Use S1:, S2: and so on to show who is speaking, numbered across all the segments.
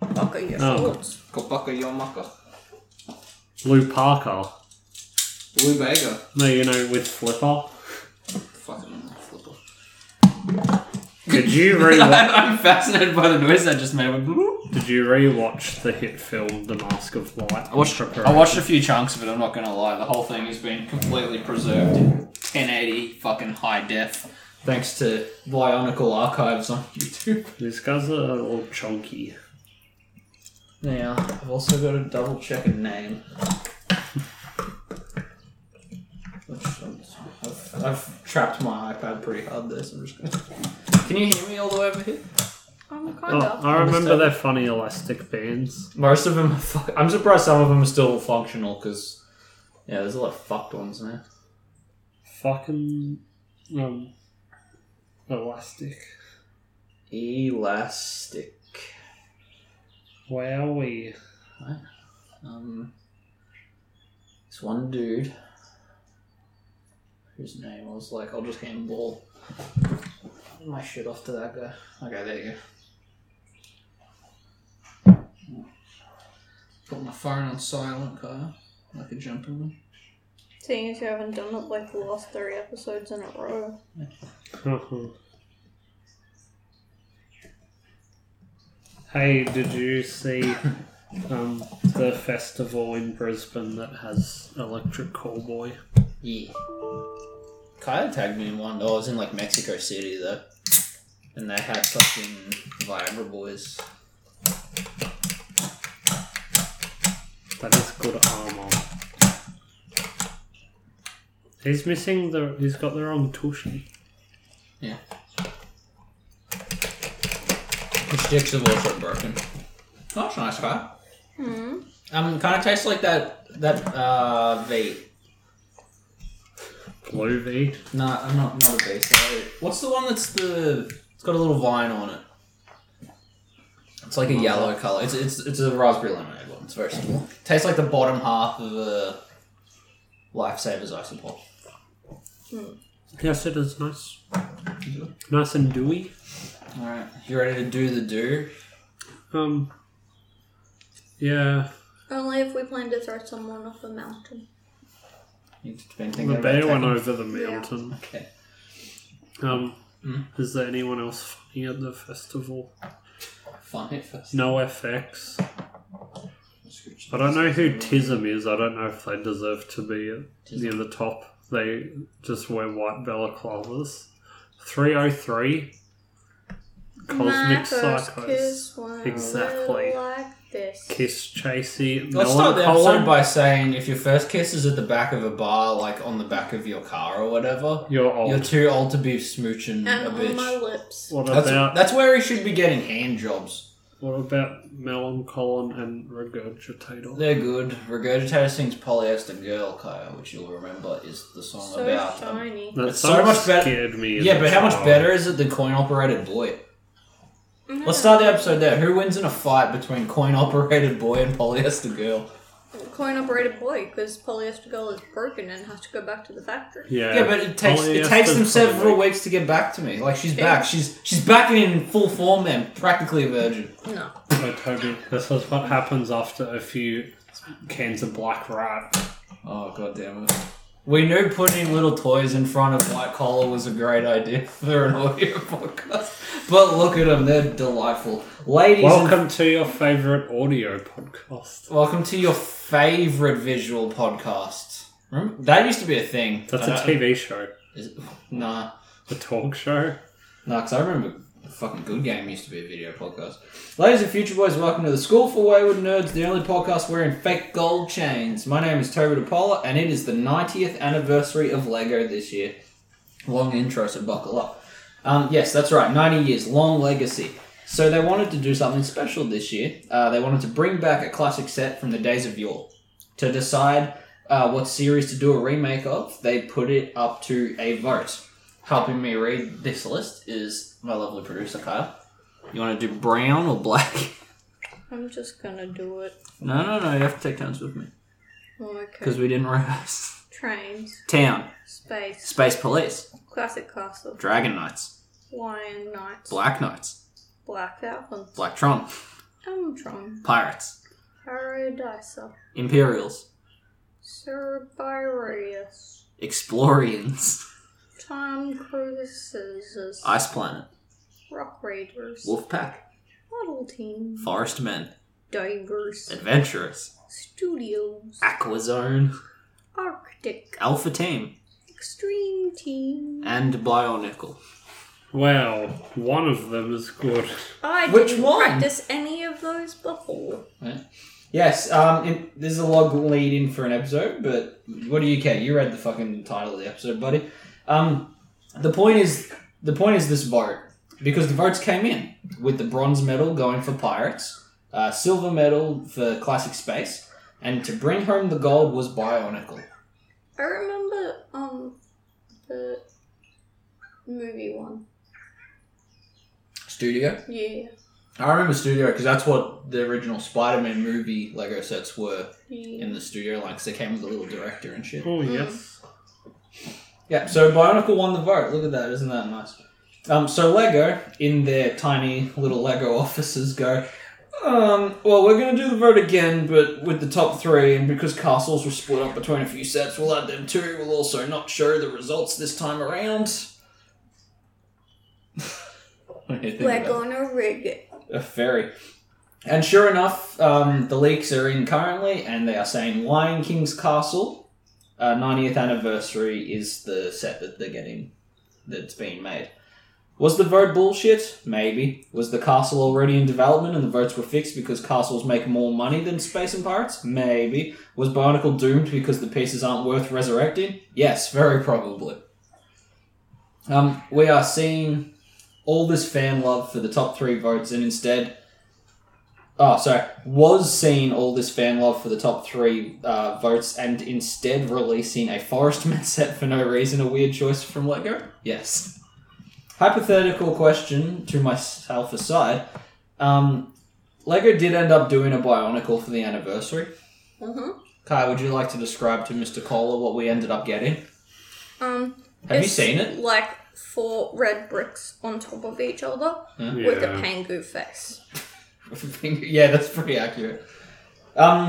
S1: Kopaka gör
S2: Ja.
S1: ont.
S3: Kopaka Yamaka.
S2: Lupaka.
S3: Louis Vega.
S2: No, you know, with Flipper.
S3: Fucking flipper.
S2: Did you rewatch?
S3: I'm fascinated by the noise I just made. I went,
S2: did you rewatch the hit film The Mask of Light?
S3: I watched, I watched a few chunks of it, I'm not gonna lie. The whole thing has been completely preserved in 1080 fucking high def. Thanks to Bionicle Archives on YouTube.
S2: These guys are a little chunky.
S3: Now, I've also got to double check a name. Which I'm- I've, I've trapped my iPad pretty hard there, so I'm just gonna. Can you hear me all the way over here?
S1: Um, kind
S2: Oh,
S1: of.
S2: I remember
S3: Understand.
S2: their funny elastic bands.
S3: Most of them are fuck- I'm surprised some of them are still functional because, yeah, there's a lot of fucked ones now.
S2: Fucking um, elastic.
S3: Elastic.
S2: Where are we?
S3: Um, this one dude, whose name I was like, I'll just handball my shit off to that guy. Okay, there you go. Put my phone on silent, Kyle, like a jumping one.
S1: Seeing as you haven't done it like the last three episodes in a row.
S2: Uh-huh. hey, did you see um, the festival in Brisbane that has Electric Callboy?
S3: Yeah. Kyle tagged me in one. Oh, I was in like Mexico City though, and they had fucking Viagra boys.
S2: That is good armor. He's missing the. He's got the wrong tushy.
S3: Yeah. The sticks have also broken. That's nice, guy.
S1: Hmm.
S3: Um, kind of tastes like that that uh V.
S2: Blue V.
S3: No, I'm not not a V. Sorry. What's the one that's the? It's got a little vine on it. It's like a yellow color. It's it's it's a raspberry lemonade one. It's very simple. Tastes like the bottom half of a lifesavers isopop.
S2: Yes, it is nice. Nice and dewy.
S3: All right, you ready to do the do?
S2: Um. Yeah.
S1: Only if we plan to throw someone off a mountain.
S3: You've been thinking
S2: The
S3: about
S2: bear went
S3: taking-
S2: over the mountain.
S3: Okay.
S2: Um.
S3: Mm.
S2: Is there anyone else funny at the festival?
S3: Fun hit first.
S2: No FX. I don't know who Tism is. I don't know if they deserve to be at- near the top. They just wear white balaclavas. 303.
S1: My
S2: Cosmic
S1: first
S2: Psychos.
S1: kiss went
S2: Exactly.
S1: like this.
S2: Kiss Chasey.
S3: Let's start the
S2: Melancholy.
S3: episode by saying if your first kiss is at the back of a bar, like on the back of your car or whatever,
S2: You're old.
S3: you're too old to be smooching
S1: And
S3: a
S1: on my
S3: bitch.
S1: lips.
S2: what
S3: That's,
S2: about
S3: that's where he should be getting hand jobs.
S2: what about Meloncolon and Regurgitator?
S3: They're good. Regurgitator sings Polyester Girl, Kyle, which you'll remember is the song
S1: So
S3: about. um,
S1: shiny.
S2: That
S3: It's
S2: song
S3: so much better-
S2: Scared me. as
S3: Yeah,
S2: a
S3: but how much
S2: child.
S3: better is it than coin operated boy? Let's start the episode there. Who wins in a fight between coin operated boy and polyester girl?
S1: Coin operated boy, because polyester girl is broken and has to go back to the factory.
S2: Yeah,
S3: Yeah, but it takes it
S2: Polyester
S3: takes them
S2: probably.
S3: several weeks to get back to me. Like she's
S1: Yeah.
S3: back. She's she's back and in full form, man. Practically a virgin.
S1: No.
S2: So, Toby, this is what happens after a few cans of black rat.
S3: Oh god damn it. We knew putting little toys in front of white collar was a great idea for an audio podcast, but look at them; they're delightful, ladies. and-
S2: Welcome to your favorite audio podcast.
S3: welcome to your favorite visual podcast. Remember? That used to be a thing.
S2: That's
S3: a
S1: Uh,
S2: a TV show,
S3: Nah,
S2: a talk show.
S3: Nah, 'cause I remember fucking Good Game used to be a video podcast. Ladies and future boys, welcome to the School for Wayward Nerds, the only podcast wearing fake gold chains. My name is Toby DePola, and it is the 90th anniversary of LEGO this year. Long intro, so buckle up. Um, yes, that's right, 90 years, long legacy. So they wanted to do something special this year. Uh, they wanted to bring back a classic set from the days of yore. To decide uh, what series to do a remake of, they put it up to a vote helping me read this list is my lovely producer Kyle. You want to do brown or black?
S1: I'm just gonna do it.
S3: No, no, no. You have to take turns with me because
S1: Okay.
S3: we didn't rehearse.
S1: Trains,
S3: Town,
S1: space,
S3: space police,
S1: classic castle,
S3: dragon knights,
S1: lion knights,
S3: black knights,
S1: black outlands,
S3: black tron,
S1: Elmtron.
S3: Pirates.
S1: Paradisa.
S3: Imperials.
S1: Cerberus.
S3: Explorians.
S1: Time Cruises.
S3: Ice Planet.
S1: Rock Raiders.
S3: Wolfpack.
S1: Model Team.
S3: Forest Men.
S1: Divers.
S3: Adventurous.
S1: Studios.
S3: Aquazone.
S1: Arctic.
S3: Alpha Team.
S1: Extreme Team.
S3: And Bionicle.
S2: Wow, one of them is good.
S1: I
S3: Which
S1: didn't
S3: one?
S1: practice any of those before.
S3: Yes, um, it, this is a log lead in for an episode, but what do you care? You read the fucking title of the episode, buddy. Um, the point is, the point is this vote because the votes came in with the bronze medal going for pirates, uh, silver medal for classic space, and to bring home the gold was Bionicle.
S1: I remember um the movie one.
S3: Studio.
S1: Yeah.
S3: I remember Studio because that's what the original Spider-Man movie Lego sets were
S1: yeah.
S3: in the studio, like 'cause they came with a little director and shit.
S2: Oh,
S1: Mm.
S2: yes.
S3: Yeah, so Bionicle won the vote. Look at that, isn't that nice? Um, so Lego, in their tiny little Lego offices, go, um, well, we're going to do the vote again, but with the top three, and because castles were split up between a few sets, we'll add them too. We'll also not show the results this time around. What do you think of
S1: We're
S3: that?
S1: gonna rig it.
S3: A fairy. And sure enough, um, the leaks are in currently, and they are saying Lion King's Castle, uh, 90th anniversary is the set that they're getting, that's being made. Was the vote bullshit? Maybe. Was the castle already in development and the votes were fixed because castles make more money than space and pirates? Maybe. Was Barnacle doomed because the pieces aren't worth resurrecting? Yes, very probably. Um, we are seeing all this fan love for the top three votes and instead oh sorry was seeing all this fan love for the top three uh, votes and instead releasing a forest man set for no reason a weird choice from lego yes hypothetical question to myself aside um, lego did end up doing a bionicle for the anniversary
S1: Mm-hmm.
S3: kai would you like to describe to mr Kohler what we ended up getting
S1: Um,
S3: have you
S1: it's
S3: seen it
S1: Like four red bricks on top of each other with a
S2: Yeah.
S1: pangu face.
S3: yeah, that's pretty accurate. Um,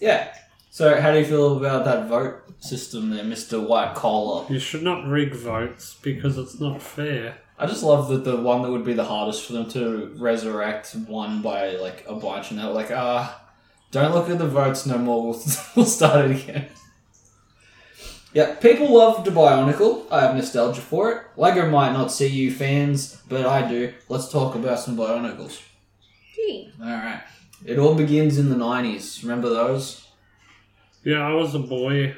S3: yeah. So, how do you feel about that vote system there, Mister White Collar?
S2: You should not rig votes because it's not fair.
S3: I just love that the one that would be the hardest for them to resurrect won by like a bunch, and they were like, ah, don't look at the votes no more. We'll, we'll start it again. Yeah, people loved Bionicle. I have nostalgia for it. Lego might not see you fans, but I do. Let's talk about some Bionicles.
S1: Gee.
S3: All right. It all begins in the 90s. Remember those?
S2: Yeah, I was a boy.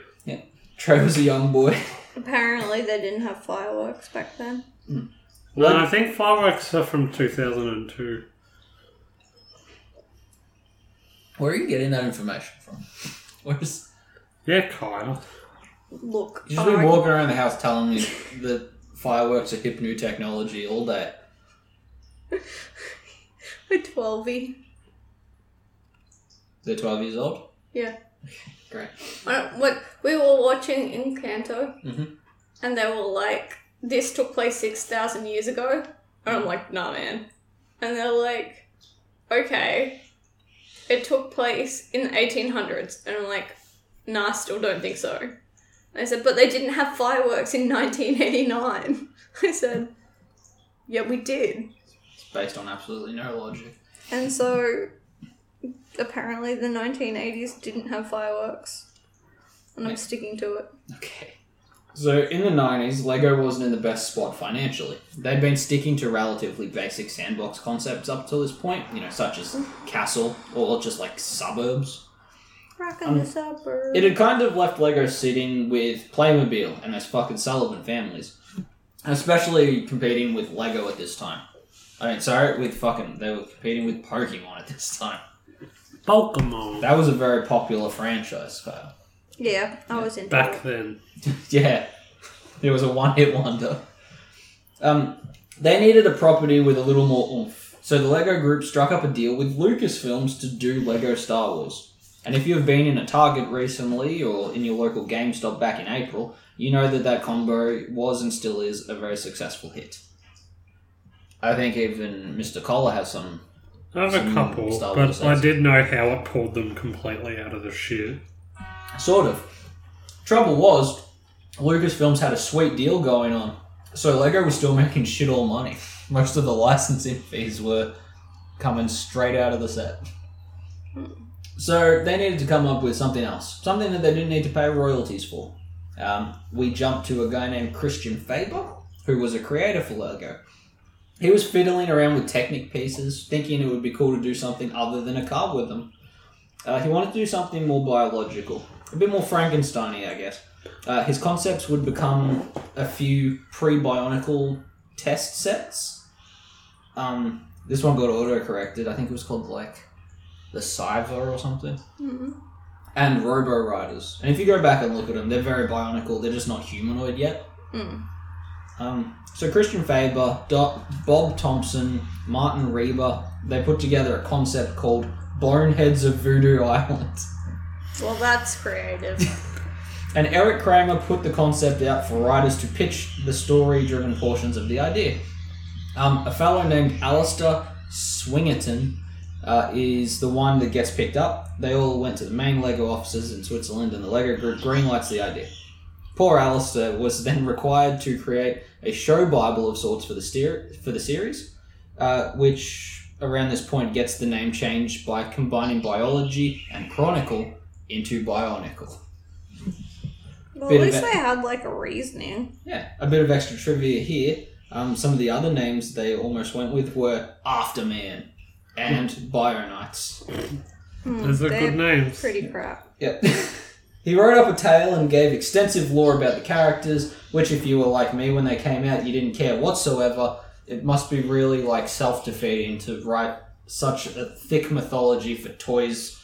S3: Trevor's a young boy.
S1: Apparently they didn't have fireworks back then.
S2: No,
S3: Like-
S2: I think fireworks are from 2002.
S3: Where are you getting that information from? Where's...
S2: Yeah, Kyle.
S1: Look,
S3: You've just been
S1: Oh, I,
S3: walking around the house telling me that fireworks are hip new technology all day.
S1: we're twelvey.
S3: They're 12 years old?
S1: Yeah.
S3: Great.
S1: I don't, what we were watching Encanto,
S3: Mhm.
S1: and they were like, "This took place six thousand years ago," and I'm like, "Nah, man," and they're like, "Okay, it took place in the eighteen hundreds," and I'm like, "Nah, still don't think so." And I said, "But they didn't have fireworks in 1989." I said, "Yeah, we did,"
S3: It's based on absolutely no logic.
S1: and so apparently the 1980s didn't have fireworks, and I'm sticking to it.
S3: Okay. So, in the 90s, Lego wasn't in the best spot financially. They'd been sticking to relatively basic sandbox concepts up till this point, you know, such as
S1: Mm-hmm.
S3: castle or just like suburbs.
S1: Rocking
S3: Um,
S1: the suburbs.
S3: It had kind of left Lego sitting with Playmobil and those fucking Sullivan families, especially competing with Lego at this time. I mean, sorry, with fucking they were competing with Pokemon at this time.
S2: Pokemon.
S3: That was a very popular franchise, Kyle.
S1: yeah, I was in.
S2: Back then.
S3: yeah, it was a one-hit wonder. Um, they needed a property with a little more oomph, so the Lego Group struck up a deal with Lucasfilms to do Lego Star Wars. And if you have been in a Target recently or in your local GameStop back in April, you know that that combo was and still is a very successful hit. I think even Mr. Collar has some
S2: I have a
S3: Some
S2: couple,
S3: Star Wars
S2: but I
S3: episodes.
S2: did know how it pulled them completely out of the shit.
S3: Sort of. Trouble was, Lucasfilms had a sweet deal going on, so Lego was still making shit all money. Most of the licensing fees were coming straight out of the set. So they needed to come up with something else, something that they didn't need to pay royalties for. Um, we jumped to a guy named Christian Faber, who was a creator for Lego. He was fiddling around with Technic pieces, thinking it would be cool to do something other than a car with them. Uh, he wanted to do something more biological, a bit more Frankenstein-y, I guess. Uh, his concepts would become a few pre-bionical test sets. Um, this one got auto-corrected. I think it was called like the Cyver or something.
S1: Mhm.
S3: And Robo Riders. And if you go back and look at them, they're very bionical. They're just not humanoid yet.
S1: Mm.
S3: Um, so Christian Faber, Do- Bob Thompson, Martin Reber, they put together a concept called Boneheads of Voodoo Island.
S1: Well, that's creative.
S3: And Eric Kramer put the concept out for writers to pitch the story driven portions of the idea. Um, a fellow named Alistair Swingerton uh, is the one that gets picked up. They all went to the main LEGO offices in Switzerland, and the LEGO group greenlights the idea. Poor Alistair was then required to create a show Bible of sorts for the, steer- for the series, uh, which around this point gets the name changed by combining biology and chronicle into bionicle.
S1: Well,
S3: Bit
S1: at
S3: of
S1: least
S3: it.
S1: they had like a reasoning.
S3: Yeah, a bit of extra trivia here. Um, some of the other names they almost went with were Afterman and Bionites.
S1: Hmm,
S2: Those are
S1: they're
S2: good names.
S1: pretty crap.
S3: Yep. he wrote up a tale and gave extensive lore about the characters, which, if you were like me when they came out, you didn't care whatsoever. It must be really like self defeating to write such a thick mythology for toys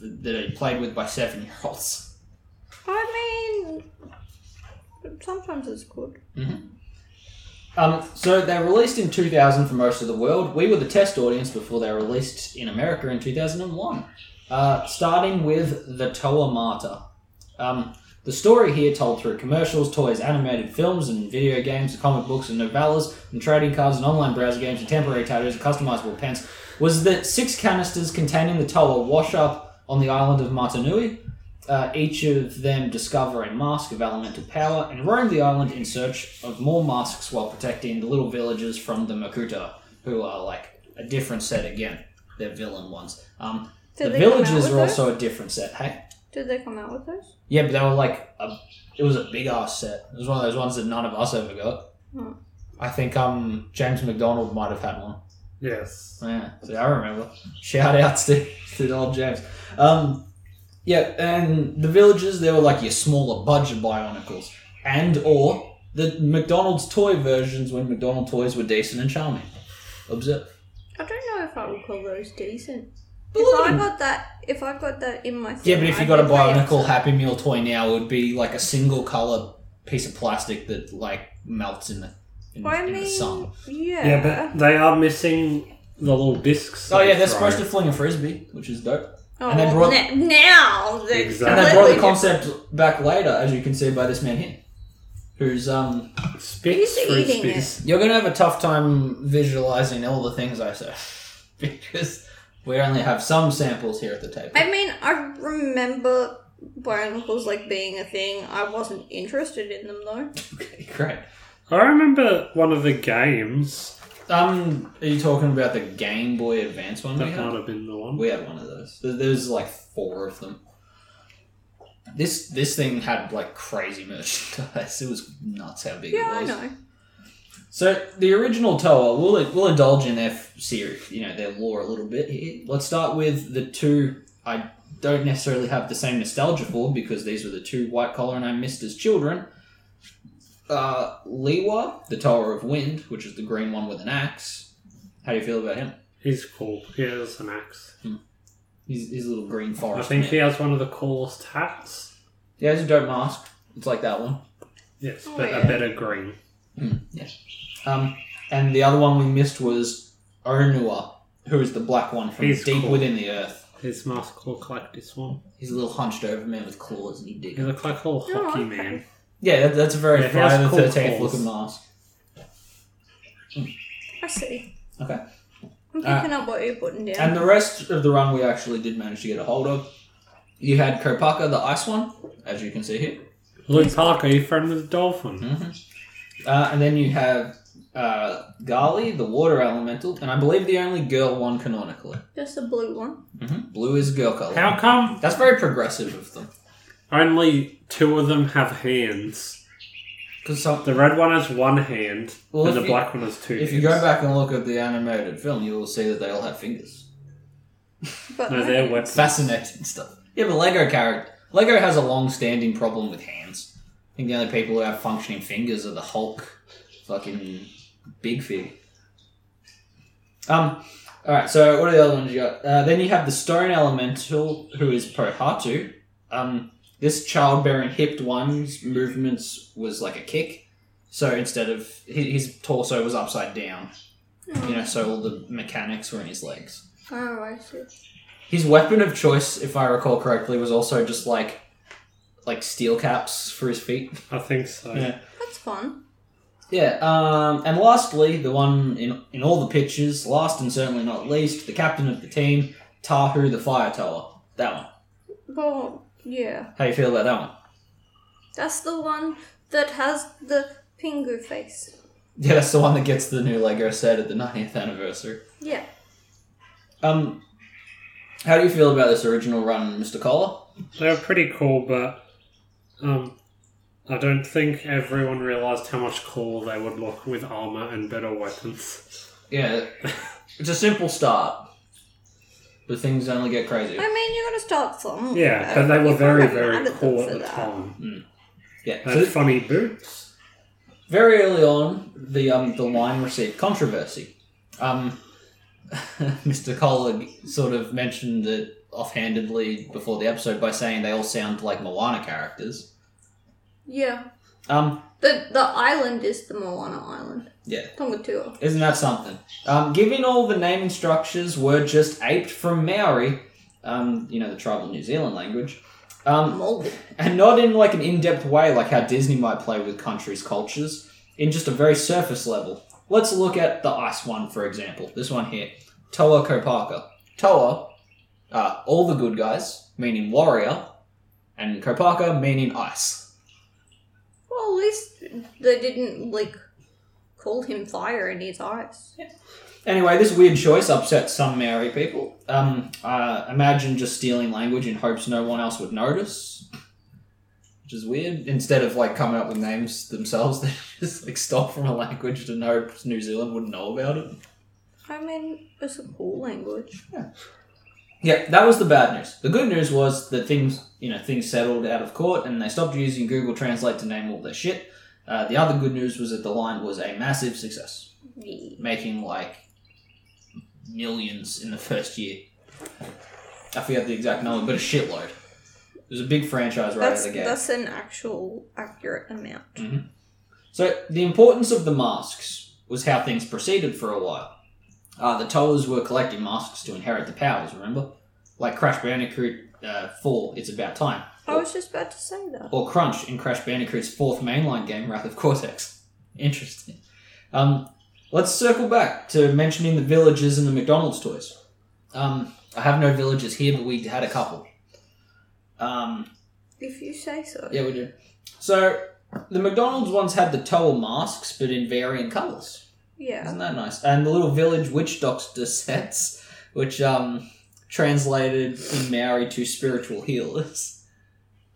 S3: that are played with by seven year olds.
S1: I mean, sometimes it's good.
S3: Um, so they released in 2000 for most of the world. We were the test audience before they released in America in 2001. Uh, starting with the Toa Mata. Um, the story here told through commercials, toys, animated films, and video games, comic books, and novellas, and trading cards, and online browser games, and temporary tattoos, and customizable pens, was that six canisters containing the Toa wash up on the island of Matanui. Uh, each of them discover a mask of elemental power and roam the island in search of more masks while protecting the little villagers from the Makuta, who are like a different set again. They're villain ones. Um,
S1: Did
S3: the
S1: they come out
S3: villagers
S1: with
S3: are
S1: those?
S3: also a different set. Hey,
S1: Did they come out with those?
S3: yeah, but they were like a, it was a big ass set. It was one of those ones that none of us ever got.
S1: Hmm.
S3: I think um James McDonald might have had one.
S2: Yes.
S3: Oh, Yeah, see, I remember. Shout outs to, to old James. Um, yeah, and the villagers, they were like your smaller budget bionicles. And or the McDonald's toy versions when McDonald toys were decent and charming. Observe.
S1: I don't know if I would call those decent.
S3: But
S1: If
S3: look at
S1: I
S3: them.
S1: got that, if I got that in my
S3: Yeah, but if
S1: phone,
S3: you got a
S1: I'd be like,
S3: Bionicle Happy Meal toy now, it would be like a single color piece of plastic that like melts in the in,
S1: I
S3: in the sun.
S1: mean, yeah.
S2: Yeah, but they are missing the little discs.
S3: Oh yeah, they're
S2: right?
S3: supposed to fling a frisbee, which is dope.
S1: oh,
S3: and they brought-
S1: na- now they
S2: Exactly.
S3: And they brought the
S1: completely
S3: concept back later, as you can see by this man here, who's um.
S2: Spits
S1: He's eating
S2: frisbees.
S3: You're gonna have a tough time visualizing all the things I say because we only have some samples here at the table.
S1: I mean, I remember Bionicles like being a thing. I wasn't interested in them though.
S3: Okay, great.
S2: I remember one of the games
S3: Um, are you talking about the Game Boy Advance one?
S2: that
S3: we had?
S2: might have been the one.
S3: Oh, We had one of those. There- There's like four of them. This this thing had like crazy merchandise. It was nuts how big
S1: Yeah,
S3: it
S1: I
S3: was.
S1: know.
S3: So the original Toa, we'll we'll indulge in their f- series, you know, their lore a little bit here. Let's start with the two I don't necessarily have the same nostalgia for because these were the two white collar and I missed as children. Uh, Lewa, the Tower of Wind, which is the green one with an axe. How do you feel about him?
S2: He's cool. He has an axe.
S3: His, his little green
S2: I
S3: forest.
S2: think
S3: man.
S2: he has one of the coolest hats.
S3: He has a dope mask. It's like that one.
S2: Yes,
S1: Oh,
S2: but
S1: yeah.
S2: a better green.
S3: Mm, yeah. Um, and the other one we missed was Onua, who is the black one from
S2: He's
S3: deep
S2: cool.
S3: within the earth.
S2: His mask look like this one.
S3: He's a little hunched over man with claws and he
S2: He
S3: dig.
S2: look like a little
S1: Oh,
S2: hockey
S1: okay.
S2: man.
S3: Yeah, that, that's a very
S2: Yeah, he has
S3: Friday the
S2: cool
S3: Thirteenth
S2: claws.
S3: looking mask.
S1: I see.
S3: Okay.
S1: I'm
S3: Uh,
S1: picking up what you're putting down.
S3: And the rest of the run we actually did manage to get a hold of. You had Kopaka, the ice one, as you can see here.
S2: Luke Parker, you friend with the dolphin.
S3: Mm-hmm. Uh, and then you have uh, Gali, the water elemental, and I believe the only girl one canonically.
S1: Just a blue one.
S3: Mm-hmm. Blue is girl color.
S2: How come
S3: That's very progressive of them.
S2: only two of them have hands?
S3: Because some,
S2: The red one has one hand,
S3: Well,
S2: and
S3: if
S2: the
S3: you-
S2: black one has two.
S3: if
S2: hands.
S3: you go back and look at the animated film, you will see that they all have fingers.
S1: But
S2: no, they're weapons.
S3: Fascinating stuff. Yeah, but Lego character. Lego has a long-standing problem with hands. I think the only people who have functioning fingers are the Hulk, fucking big fig. Um. All right. So what are the other ones you got? Uh, then you have the stone elemental, who is Pohatu. Um, this childbearing hipped one's movements was like a kick. So instead of his, his torso was upside down,
S1: Oh,
S3: you know, so all the mechanics were in his legs.
S1: oh, I see.
S3: His weapon of choice, if I recall correctly, was also just like like steel caps for his feet.
S2: I think so.
S3: Yeah.
S1: That's fun.
S3: Yeah, um, and lastly, the one in in all the pictures, last and certainly not least, the captain of the team, Tahu the Fire Tower. That one.
S1: Well, yeah.
S3: How you feel about that one?
S1: That's the one that has the Pingu face.
S3: Yeah, that's the one that gets the new Lego set at the 90th anniversary.
S1: Yeah.
S3: Um, how do you feel about this original run, Mr. Collar?
S2: They're pretty cool, but um, I don't think everyone realized how much cooler they would look with armor and better weapons.
S3: Yeah, it's a simple start, but things only get crazy.
S1: I mean, you gotta start somewhere.
S2: Yeah, but they were
S1: You
S2: very,
S1: can't
S2: very
S1: mad them
S2: cool
S1: for
S2: at the
S1: that.
S2: time.
S3: Yeah,
S2: They
S3: so
S2: had funny boots.
S3: very early on, the um, the line received controversy. Um, Mr. Collar sort of mentioned it offhandedly before the episode by saying they all sound like Moana characters.
S1: Yeah.
S3: Um,
S1: The, the island is the Moana Island.
S3: yeah,
S1: Tongatua.
S3: isn't that something? Um, given all the naming structures were just aped from Maori, um, you know, the tribal New Zealand language, um,
S1: Molded.
S3: and not in like an in-depth way like how disney might play with countries' cultures in just a very surface level let's look at the ice one for example this one here toa kopaka toa uh, all the good guys meaning warrior and kopaka meaning ice
S1: Well, at least they didn't, like, call him fire in his eyes.
S3: anyway this weird choice upset some maori people um, uh, imagine just stealing language in hopes no one else would notice which is weird. Instead of like coming up with names themselves, they just like stole from a language to know New Zealand wouldn't know about it.
S1: I mean, it's a cool language.
S3: Yeah, that was the bad news. The good news was that things, you know, things settled out of court, and they stopped using Google Translate to name all their shit. Uh, the other good news was that the line was a massive success,
S1: Yeah.
S3: making like millions in the first year. I forget the exact number, but a shitload. It was a big franchise right
S1: That's,
S3: out of the gate.
S1: that's an actual accurate amount.
S3: So the importance of the masks was how things proceeded for a while. Uh, the Toas were collecting masks to inherit the powers. Remember, like Crash Bandicoot uh, Four, it's about time.
S1: I was just about to say that.
S3: or Crunch in Crash Bandicoot's fourth mainline game, Wrath of Cortex. Interesting. Um, let's circle back to mentioning the villages and the McDonald's toys. Um, I have no villages here, but we had a couple. Um,
S1: If you say so.
S3: yeah, we do. So the McDonald's ones had the towel masks, but in varying colours.
S1: Yeah.
S3: Isn't that nice? And the little village witch doctor sets, which um translated in Maori to spiritual healers.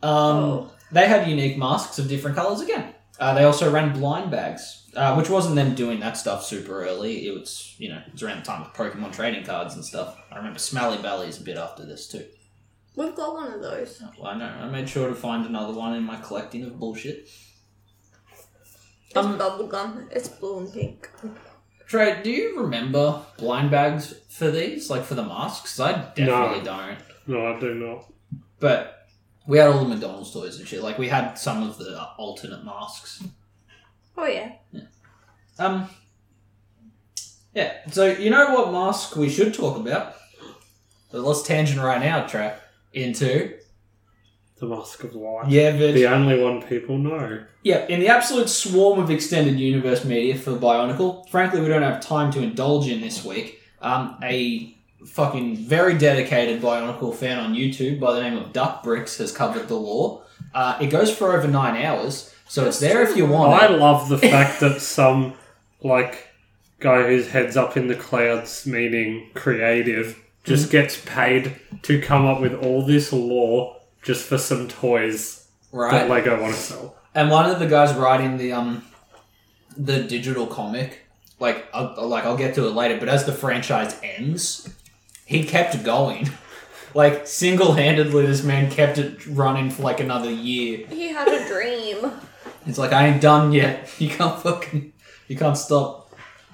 S3: Um,
S1: Oh.
S3: They had unique masks of different colors again. Uh, they also ran blind bags, uh, which wasn't them doing that stuff super early. It was, you know, it's around the time of Pokemon trading cards and stuff. I remember Smelly Belly is a bit after this too. Oh,
S1: We've got one of those.
S3: Well, I know. I made sure to find another one in my collecting of bullshit.
S1: It's
S3: Um,
S1: bubblegum. It's blue and pink.
S3: Trey, do you remember blind bags for these? Like for the masks? 'Cause I definitely don't.
S2: No, I do not.
S3: But we had all the McDonald's toys and shit. Like we had some of the alternate masks.
S1: Oh, yeah.
S3: Um. Yeah. So you know what mask we should talk about? So let's tangent right now, Trap. Into
S2: The Mask of Life.
S3: yeah, but
S2: The only one people know.
S3: yeah, in the absolute swarm of extended universe media for Bionicle, frankly, we don't have time to indulge in this week. Um, a fucking very dedicated Bionicle fan on YouTube by the name of Duck Bricks has covered the lore. Uh, it goes for over nine hours, so it's there if you want.
S2: I
S3: it.
S2: love the fact that some like guy who's heads up in the clouds, meaning creative,
S3: Mm-hmm.
S2: just gets paid to come up with all this lore just for some toys that
S3: Right.
S2: Lego want to sell.
S3: And one of the guys writing the um the digital comic, like I'll, like I'll get to it later, but as the franchise ends, he kept going. Like single handedly, this man kept it running for like another year.
S1: He had a dream.
S3: It's like I ain't done yet. You can't fucking you can't stop.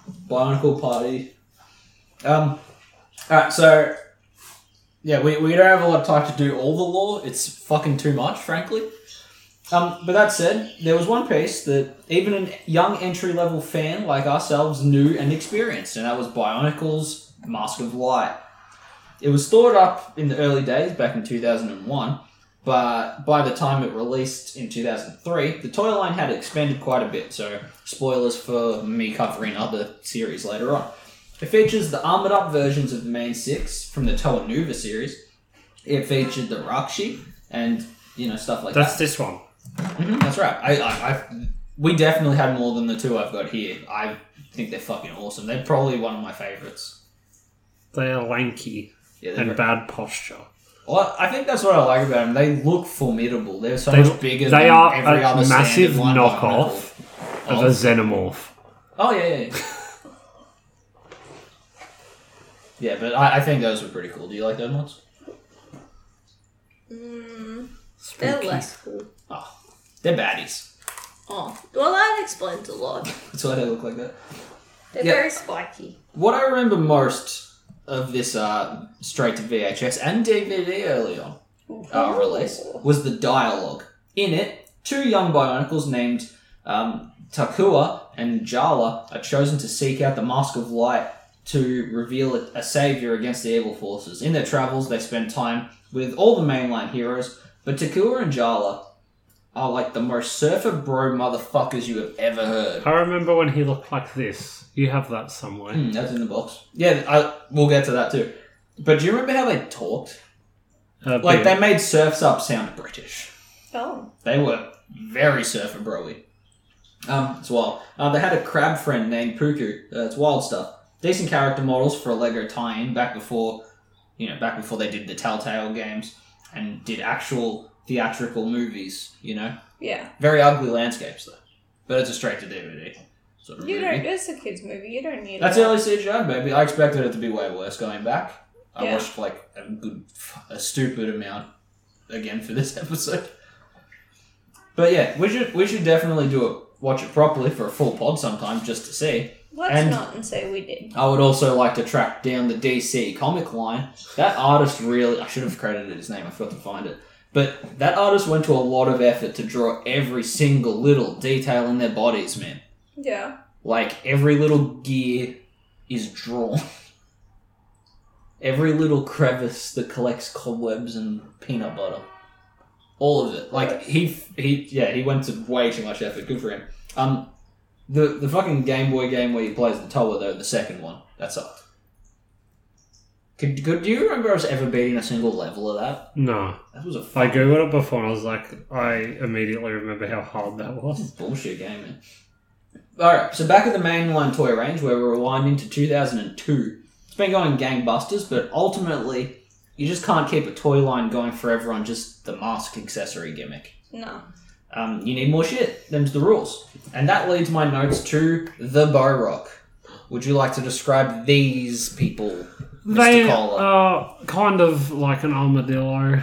S3: Barnacle party. Um. All right, so. Yeah, we, we don't have a lot of time to do all the lore. It's fucking too much, frankly. Um, but that said, there was one piece that even a young entry level fan like ourselves knew and experienced, and that was Bionicle's Mask of Light. It was stored up in the early days, back in 2001, but by the time it released in 2003, the toy line had expanded quite a bit, so spoilers for me covering other series later on. It features the armored up versions of the main six from the Toa Nuva series. It featured the Rakshi and, you know, stuff like that.
S2: That's this one. Mm-hmm.
S3: Mhm, that's right. I, I, I, we definitely had more than the two I've got here. I think they're fucking awesome. They're probably one of my favorites.
S2: They are lanky
S3: Yeah, they're very-
S2: and bad posture.
S3: well, I think that's what I like about them. They look formidable. They're so
S2: They-
S3: much bigger.
S2: they
S3: than
S2: are
S3: every
S2: a
S3: other
S2: massive
S3: standard line
S2: knockoff
S3: Bionicle.
S2: Of a xenomorph.
S3: Oh yeah, yeah, yeah. yeah, but I, I think those were pretty cool. Do you like those ones?
S1: Mm, they're
S2: Spooky.
S1: less cool.
S3: Oh, they're baddies.
S1: Oh, well, that explains a lot.
S3: That's why they look like that.
S1: They're
S3: Yeah.
S1: very spiky.
S3: What I remember most of this uh, straight to VHS and DVD early on
S1: Oh.
S3: uh, release was the dialogue. In it, two young Bionicles named um, Takua and Jala are chosen to seek out the Mask of Light to reveal a, a savior against the evil forces. In their travels, they spend time with all the mainline heroes, but Takua and Jala are like the most surfer bro motherfuckers you have ever heard.
S2: I remember when he looked like this. You have that somewhere.
S3: Hmm, that's in the box. Yeah, I, we'll get to that too. But do you remember how they talked?
S2: A
S3: Like
S2: bit.
S3: they made Surfs Up sound British.
S1: Oh.
S3: They were very surfer broy. Um, it's wild. Uh, they had a crab friend named Puku. Uh, it's wild stuff. Decent character models for a Lego tie-in back before, you know, back before they did the Telltale games and did actual theatrical movies. You know,
S1: Yeah.
S3: very ugly landscapes though. But it's a straight to DVD sort of
S1: You
S3: movie.
S1: don't. It's a kids' movie. You don't need.
S3: That's
S1: it.
S3: early CGI, baby. I expected it to be way worse going back. I
S1: Yeah.
S3: watched like a good, a stupid amount again for this episode. But yeah, we should we should definitely do it. Watch it properly for a full pod sometime just to see.
S1: Let's
S3: And-
S1: not and say we did.
S3: I would also like to track down the DC comic line. That artist really, I should have credited his name, I forgot to find it. But that artist went to a lot of effort to draw every single little detail in their bodies, man.
S1: Yeah.
S3: Like every little gear is drawn. Every little crevice that collects cobwebs and peanut butter. All of it. Like he he yeah, he went to way too much effort. Good for him. Um the the fucking Game Boy game where he plays the Tower though, the second one. That sucked. Could, could do you remember us ever beating a single level of that?
S2: no.
S3: That was a
S2: I
S3: fucking
S2: googled it before and I was like, I immediately remember how hard that was.
S3: bullshit game, man. Alright, so back at the mainline toy range where we're rewinding to 2002. It's been going gangbusters, but ultimately, you just can't keep a toy line going forever on just the mask accessory gimmick.
S1: No.
S3: Um, you need more shit. Them's the rules. And that leads my notes to the Bow Rock. Would you like to describe these people, Mr.
S2: They
S3: Cola?
S2: are kind of like an armadillo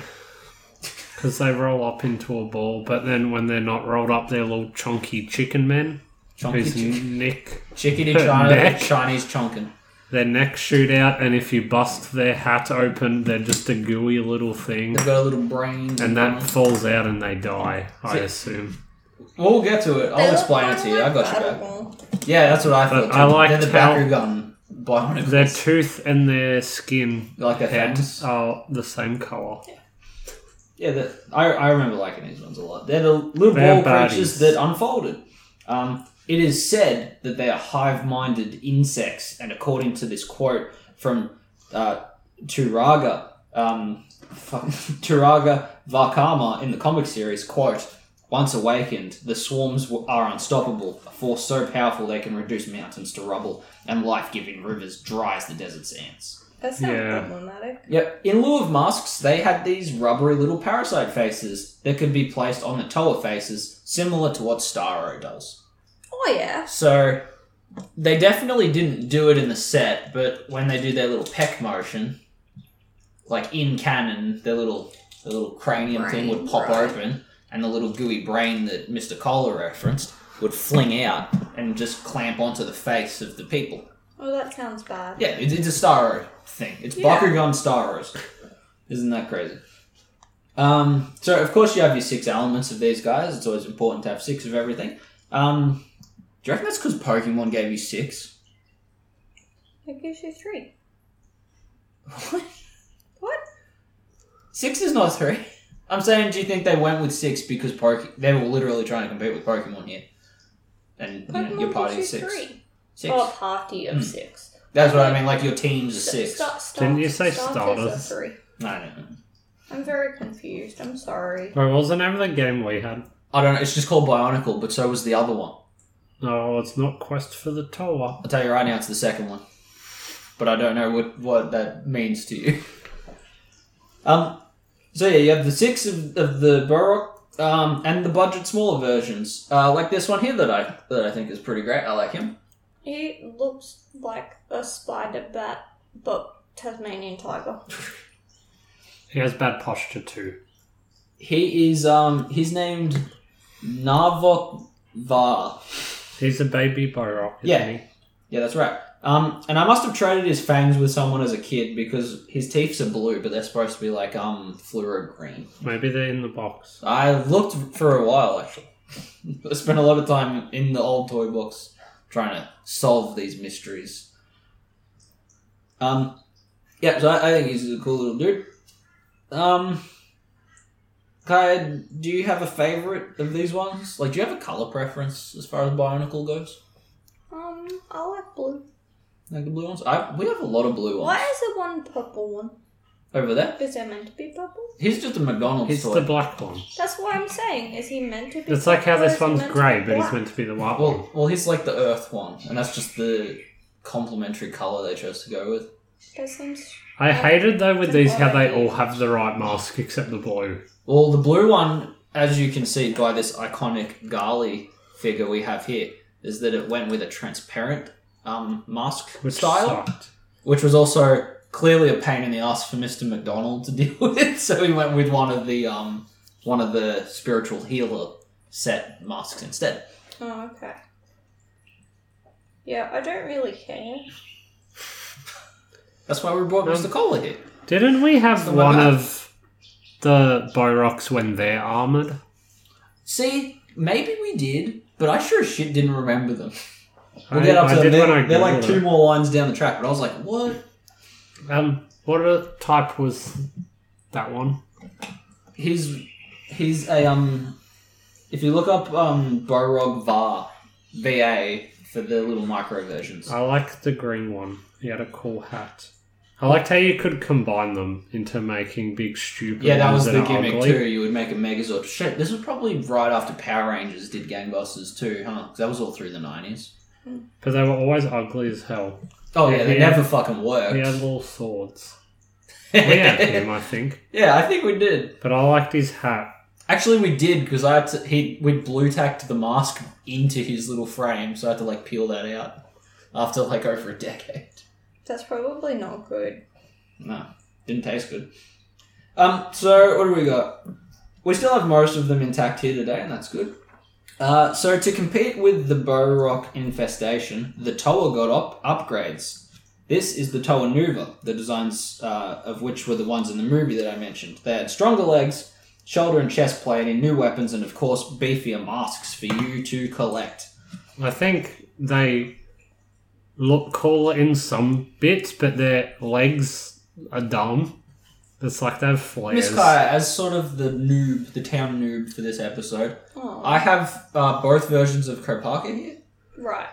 S2: because they roll up into a ball, but then when they're not rolled up, they're little chunky chicken men.
S3: Chunky
S2: Whose
S3: chick-
S2: neck,
S3: chickadee China,
S2: neck.
S3: Chinese chonkin.
S2: their neck shoot out, and if you bust their hat open, they're just a gooey little thing,
S3: They've got a little brain.
S2: and that falls out and they die. I assume.
S3: We'll get to it. I'll explain it to you. I got you back. Yeah, that's what I thought.
S2: But
S3: too.
S2: I like
S3: They're the
S2: how-
S3: Bakugan Bionicle.
S2: Their tooth and their skin
S3: You like their
S2: head
S3: fangs?
S2: are the same color.
S3: Yeah, the, I, I remember liking these ones a lot. They're the little
S2: They're
S3: ball creatures
S2: baddies.
S3: that unfolded. Um, it is said that they are hive minded insects, and according to this quote from uh, Turaga, um, fuck, Turaga Vakama in the comic series, quote, once awakened, the swarms w- are unstoppable, a force so powerful they can reduce mountains to rubble, and life-giving rivers dry as the desert sands.
S1: That's not
S2: Yeah.
S1: problematic.
S3: Yep. In lieu of masks, they had these rubbery little parasite faces that could be placed on the Toa faces, similar to what Starro does.
S1: Oh yeah.
S3: So they definitely didn't do it in the set, but when they do their little peck motion, like in canon, their little the little cranium thing would
S1: Brain,
S3: pop
S1: right.
S3: open, and the little gooey brain that Mr. Kohler referenced would fling out and just clamp onto the face of the people.
S1: Oh, that sounds bad.
S3: Yeah, it's, it's a Starro thing. It's
S1: Yeah.
S3: Bakugan Starros. Isn't that crazy? Um, so, of course, you have your six elements of these guys. It's always important to have six of everything. Um, do you reckon that's because Pokemon gave you six?
S1: It gives you three. What?
S3: six is not three. I'm saying, do you think they went with six because Poke- they were literally trying to compete with Pokemon here? And you know,
S1: Pokemon
S3: your party is
S1: gives you
S3: six.
S1: Three.
S3: Six.
S1: Oh, party of
S3: Hmm.
S1: six.
S3: That's what I mean, like your team's a six.
S1: Start,
S2: Didn't you say
S1: starters?
S2: starters?
S1: are three.
S3: I don't know.
S1: I'm very confused. I'm sorry.
S2: Wait, what was the name of the game we had?
S3: I don't know. It's just called Bionicle, but so was the other one.
S2: No, it's not Quest for the Tower.
S3: I'll tell you right now, it's the second one. But I don't know what, what that means to you. Um, so yeah, you have the six of, of the Borok, um, and the budget smaller versions, uh, like this one here that I that I think is pretty great. I like him.
S1: He looks like a spider bat, but Tasmanian tiger.
S2: He has bad posture too.
S3: He is um, he's named Navokvar.
S2: He's a baby Borok, isn't
S3: Yeah.
S2: he?
S3: Yeah, that's right. Um, and I must have traded his fangs with someone as a kid because his teeth are blue, but they're supposed to be like um fluoro green.
S2: Maybe they're in the box.
S3: I looked for a while actually. I spent a lot of time in the old toy box trying to solve these mysteries. Um, yeah, so I, I think he's a cool little dude. Um, Kai, do you have a favorite of these ones? Like, do you have a color preference as far as Bionicle goes?
S1: Um, I like blue.
S3: Like the blue ones? I, we have a lot of blue ones
S1: Why is there one purple one?
S3: over there.
S1: Is there meant to be purple?
S3: He's just a McDonald's
S2: He's
S3: toy.
S2: the black one.
S1: That's what I'm saying. Is he meant to be?
S2: It's like how
S1: purple or
S2: this
S1: is he
S2: one's
S1: meant to
S2: grey,
S1: be
S2: but he's
S1: black?
S2: meant to be the white one.
S3: well, well, he's like the Earth one, and that's just the complementary color they chose to go with.
S1: That seems.
S2: I hated though with these how they
S1: Why?
S2: all have the right mask except the blue.
S3: Well, the blue one, as you can see by this iconic Gali figure we have here, is that it went with a transparent um, mask
S2: Which
S3: style,
S2: sucked.
S3: which was also clearly a pain in the ass for Mister McDonald to deal with. So he went with one of the um, one of the spiritual healer set masks instead.
S1: Oh, okay. Yeah, I don't really care.
S3: That's why we brought
S2: Um,
S3: Mister Kohler here.
S2: Didn't we have
S3: So what
S2: one
S3: about-
S2: of the Boroks when they're armoured?
S3: See, maybe we did, but I sure as shit didn't remember them. We'll
S2: I-
S3: get up to
S2: I
S3: them.
S2: did when
S3: They're,
S2: I
S3: they're like
S2: Googled
S3: two
S2: it.
S3: more lines down the track, but I was like, what?
S2: Um, what a type was that one?
S3: He's he's a um. If you look up um Borog Var VA for the little micro versions,
S2: I liked the green one. He had a cool hat. I liked how you could combine them into making big stupid.
S3: yeah, that
S2: ones
S3: was the
S2: are
S3: gimmick
S2: ugly.
S3: too. You would make a Megazord. Shit, this was probably right after Power Rangers did Gangbusters too, huh? 'Cause that was all through the nineties.
S2: But they were always ugly as hell.
S3: Oh yeah, they
S2: Yeah.
S3: never fucking worked.
S2: He had little swords. We had him, I think.
S3: yeah, I think we did.
S2: But I liked his hat.
S3: Actually, we did because I had to. He we blue tacked the mask into his little frame, so I had to like peel that out after like over a decade.
S1: That's probably not good.
S3: No, didn't taste good. Um, so what do we got? We still have most of them intact here today, and that's good. Uh, so to compete with the Borok infestation, the Toa got up upgrades. This is the Toa Nuva, the designs uh, of which were the ones in the movie that I mentioned. They had stronger legs, shoulder and chest plate, and new weapons, and of course beefier masks for you to collect.
S2: I think they look cooler in some bits, but their legs are dumb. It's like they have flares.
S3: Miss Kaya, as sort of the noob, the town noob for this episode,
S1: Oh,
S3: I have uh, both versions of Kopaka here.
S1: right.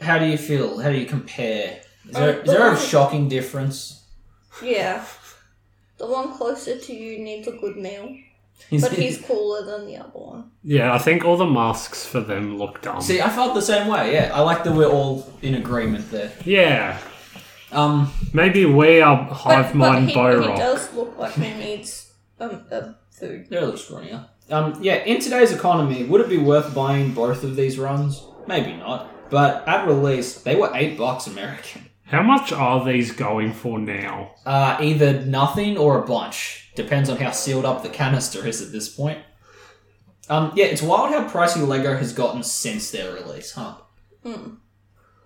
S3: How do you feel? How do you compare Is there,
S1: Uh,
S3: is there a shocking difference?
S1: Yeah. The one closer to you needs a good meal,
S3: Is
S1: but
S3: it-
S1: he's cooler than the other one.
S2: Yeah, I think all the masks for them look dumb.
S3: See, I felt the same way. Yeah, I like that we're all in agreement there.
S2: yeah,
S3: Um,
S2: maybe we are
S1: But,
S2: hive
S1: but
S2: mind
S1: he,
S2: Bow
S1: he
S2: Rock.
S1: does look like he needs um, um, food.
S3: they're a little scrawnier. Um, yeah, in today's economy, would it be worth buying both of these runs? Maybe not. But at release, they were eight bucks American.
S2: How much are these going for now?
S3: Uh, either nothing or a bunch. Depends on how sealed up the canister is at this point. Um, yeah, it's wild how pricey Lego has gotten since their release, huh?
S1: Mm.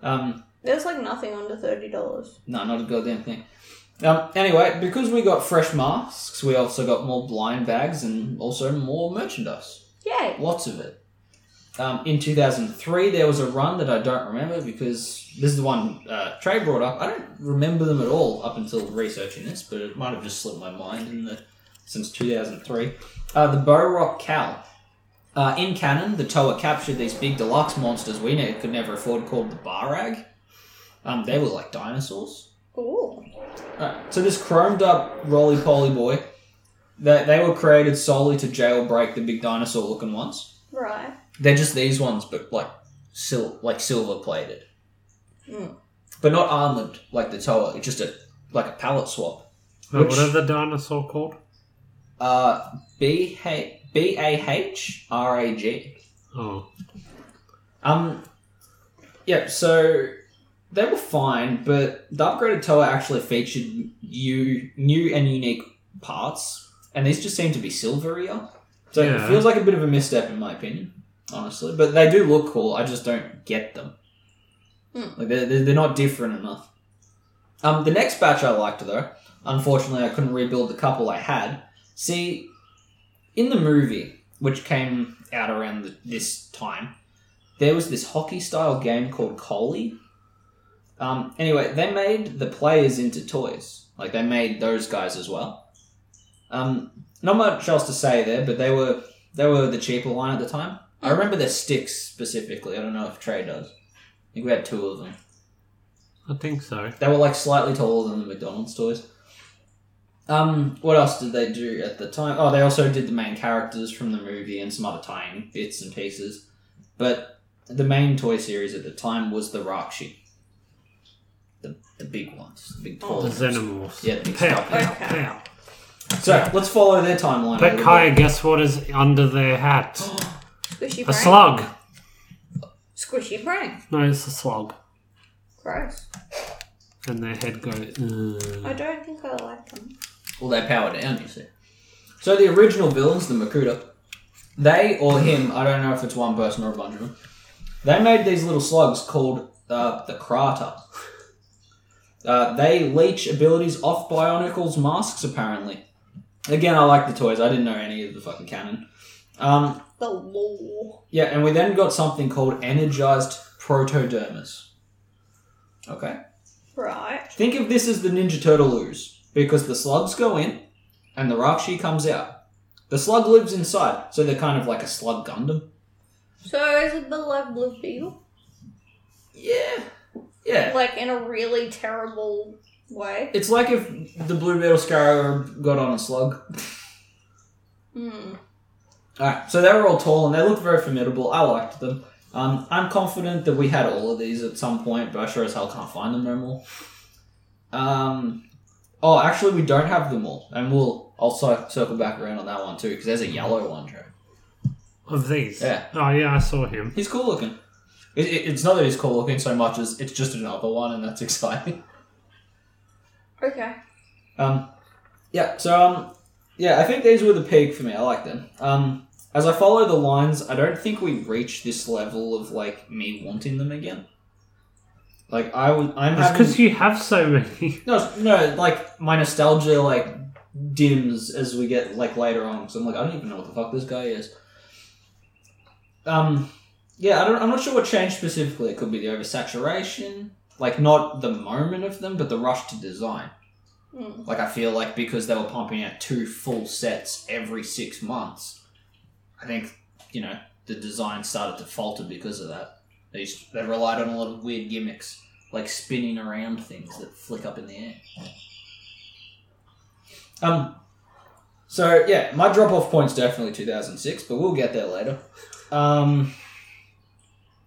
S3: Um,
S1: There's like nothing under thirty dollars.
S3: No, not a goddamn thing. Um, anyway, because we got fresh masks, we also got more blind bags and also more merchandise.
S1: Yay!
S3: Lots of it. Um, in 2003, there was a run that I don't remember because this is the one uh, Trey brought up. I don't remember them at all up until researching this, but it might have just slipped my mind in the, since 2003. Uh, the Bow Rock Cow. Uh, in canon, the Toa captured these big deluxe monsters we ne- could never afford called the Barag. Um, they were like dinosaurs.
S1: Ooh.
S3: Alright, so this chromed up roly poly boy, that they were created solely to jailbreak the big dinosaur looking ones.
S1: Right.
S3: They're just these ones, but like sil- like silver plated,
S1: Mm.
S3: but not armored like the Toa. It's just a like a palette swap.
S2: Uh,
S3: Which-
S2: What are the dinosaur called?
S3: Uh, B H B A H R A G.
S2: Oh,
S3: Um, yeah, so they were fine, but the upgraded Toa actually featured new, new and unique parts, and these just seem to be silverier. So it
S2: Yeah.
S3: feels like a bit of a misstep, in my opinion, honestly. But they do look cool. I just don't get them.
S1: Mm.
S3: Like they're, they're they're not different enough. Um, the next batch I liked though. Unfortunately, I couldn't rebuild the couple I had. See, in the movie, which came out around the, this time, there was this hockey style game called Coley. Um, anyway, they made the players into toys. Like, they made those guys as well. Um, not much else to say there, but they were they were the cheaper line at the time. I remember their sticks specifically. I don't know if Trey does. I think we had two of them.
S2: I think so.
S3: They were like slightly taller than the McDonald's toys. Um, what else did they do at the time? Oh, they also did the main characters from the movie and some other tying bits and pieces. But the main toy series at the time was the Rakshi. The, the big ones, the big tall
S2: The
S3: ones.
S2: Xenomorphs.
S3: Yeah, the big
S2: Pow,
S3: stuff.
S2: pow,
S1: Okay.
S2: pow.
S3: So let's follow their timeline. a
S2: But
S3: little
S2: Kaya, guess what is under their hat?
S1: Squishy
S2: A
S1: brain.
S2: slug.
S1: Squishy brain.
S2: No, it's a slug.
S1: Gross.
S2: And their head goes.
S1: I
S2: "Ugh."
S1: don't think I like them.
S3: Well, they power down, you see. So the original villains, the Makuta, they or him, I don't know if it's one person or a bunch of them, they made these little slugs called uh, the Krata. Uh, they leech abilities off Bionicle's masks, apparently. Again, I like the toys. I didn't know any of the fucking canon. Um,
S1: The law.
S3: yeah, and we then got something called Energized Protodermis. Okay.
S1: Right.
S3: Think of this as the Ninja Turtle ooze, because the slugs go in, and the Rakshi comes out. The slug lives inside, so they're kind of like a slug Gundam.
S1: So is it the like blue beetle?
S3: Yeah, yeah.
S1: Like in a really terrible way.
S3: It's like if the Blue Beetle Scarab got on a slug.
S1: Hmm.
S3: Alright, so they were all tall and they looked very formidable. I liked them. Um, I'm confident that we had all of these at some point, but I sure as hell can't find them no more. Um, oh, actually, we don't have them all, and we'll I'll cir- circle back around on that one too because there's a yellow one, Joe.
S2: Of these.
S3: Yeah.
S2: Oh, yeah, I saw him.
S3: He's cool looking. It, it, it's not that he's cool looking so much as it's just another one, and that's exciting.
S1: Okay.
S3: Um, yeah. So um, yeah, I think these were the peak for me. I like them. Um, as I follow the lines, I don't think we reach this level of like me wanting them again. Like I was, I'm
S2: It's
S3: having
S2: because you have so many.
S3: no, no, like my nostalgia like dims as we get like later on. So I'm like, I don't even know what the fuck this guy is. Um, yeah, I don't. I'm not sure what changed specifically. It could be the oversaturation, like not the moment of them, but the rush to design.
S1: Hmm.
S3: Like I feel like because they were pumping out two full sets every six months, I think you know the design started to falter because of that. They used, they relied on a lot of weird gimmicks. like spinning around things that flick up in the air. Um, so yeah, my drop off point's definitely 2006, but we'll get there later. Um,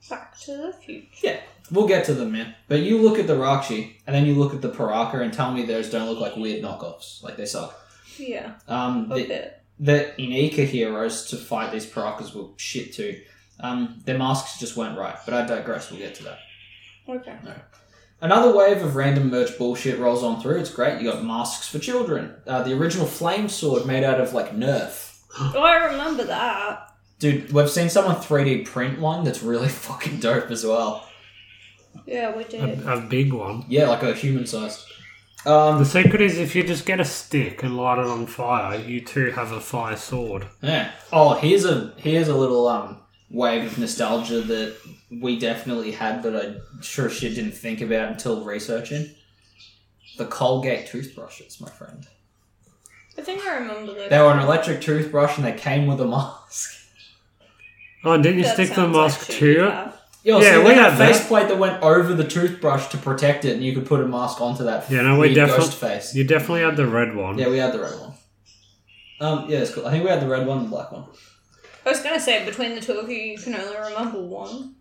S1: Back to the future.
S3: we'll get to them, man. But you look at the Rakshi, and then you look at the Paraka, and tell me those don't look like weird knockoffs. Like they suck.
S1: Yeah,
S3: Um,
S1: a
S3: the-
S1: bit.
S3: the Inika heroes to fight these Parakas were shit too. Um, their masks just weren't right, but I digress. We'll get to that.
S1: Okay.
S3: Another wave of random merch bullshit rolls on through. It's great. You got masks for children. Uh, the original flame sword made out of like Nerf.
S1: Oh, I remember that.
S3: Dude, we've seen someone 3D print one that's really fucking dope as well.
S1: Yeah, we did.
S2: A, a big one.
S3: Yeah, like a human size. Um,
S2: The secret is if you just get a stick and light it on fire, you too have a fire sword.
S3: Yeah. Oh, here's a here's a little um wave of nostalgia that we definitely had, but I sure as shit didn't think about until researching. The Colgate toothbrushes, my friend.
S1: I think I remember this.
S3: They were an electric toothbrush and they came with a mask.
S2: Oh, and didn't you
S1: That
S2: stick the
S1: sounds like
S2: mask
S1: shit
S2: to
S1: you
S2: it?
S1: have.
S3: Yo,
S2: Yeah,
S3: yeah,
S2: we
S3: we had
S2: had
S3: a
S2: that.
S3: faceplate that went over the toothbrush to protect it, and you could put a mask onto that.
S2: Yeah, no, we
S3: weird
S2: defi-
S3: ghost face.
S2: You definitely had the red one.
S3: Yeah, we had the red one. Um, yeah, it's cool. I think we had the red one and the black one.
S1: I was gonna say between the two of you, you can only remember one.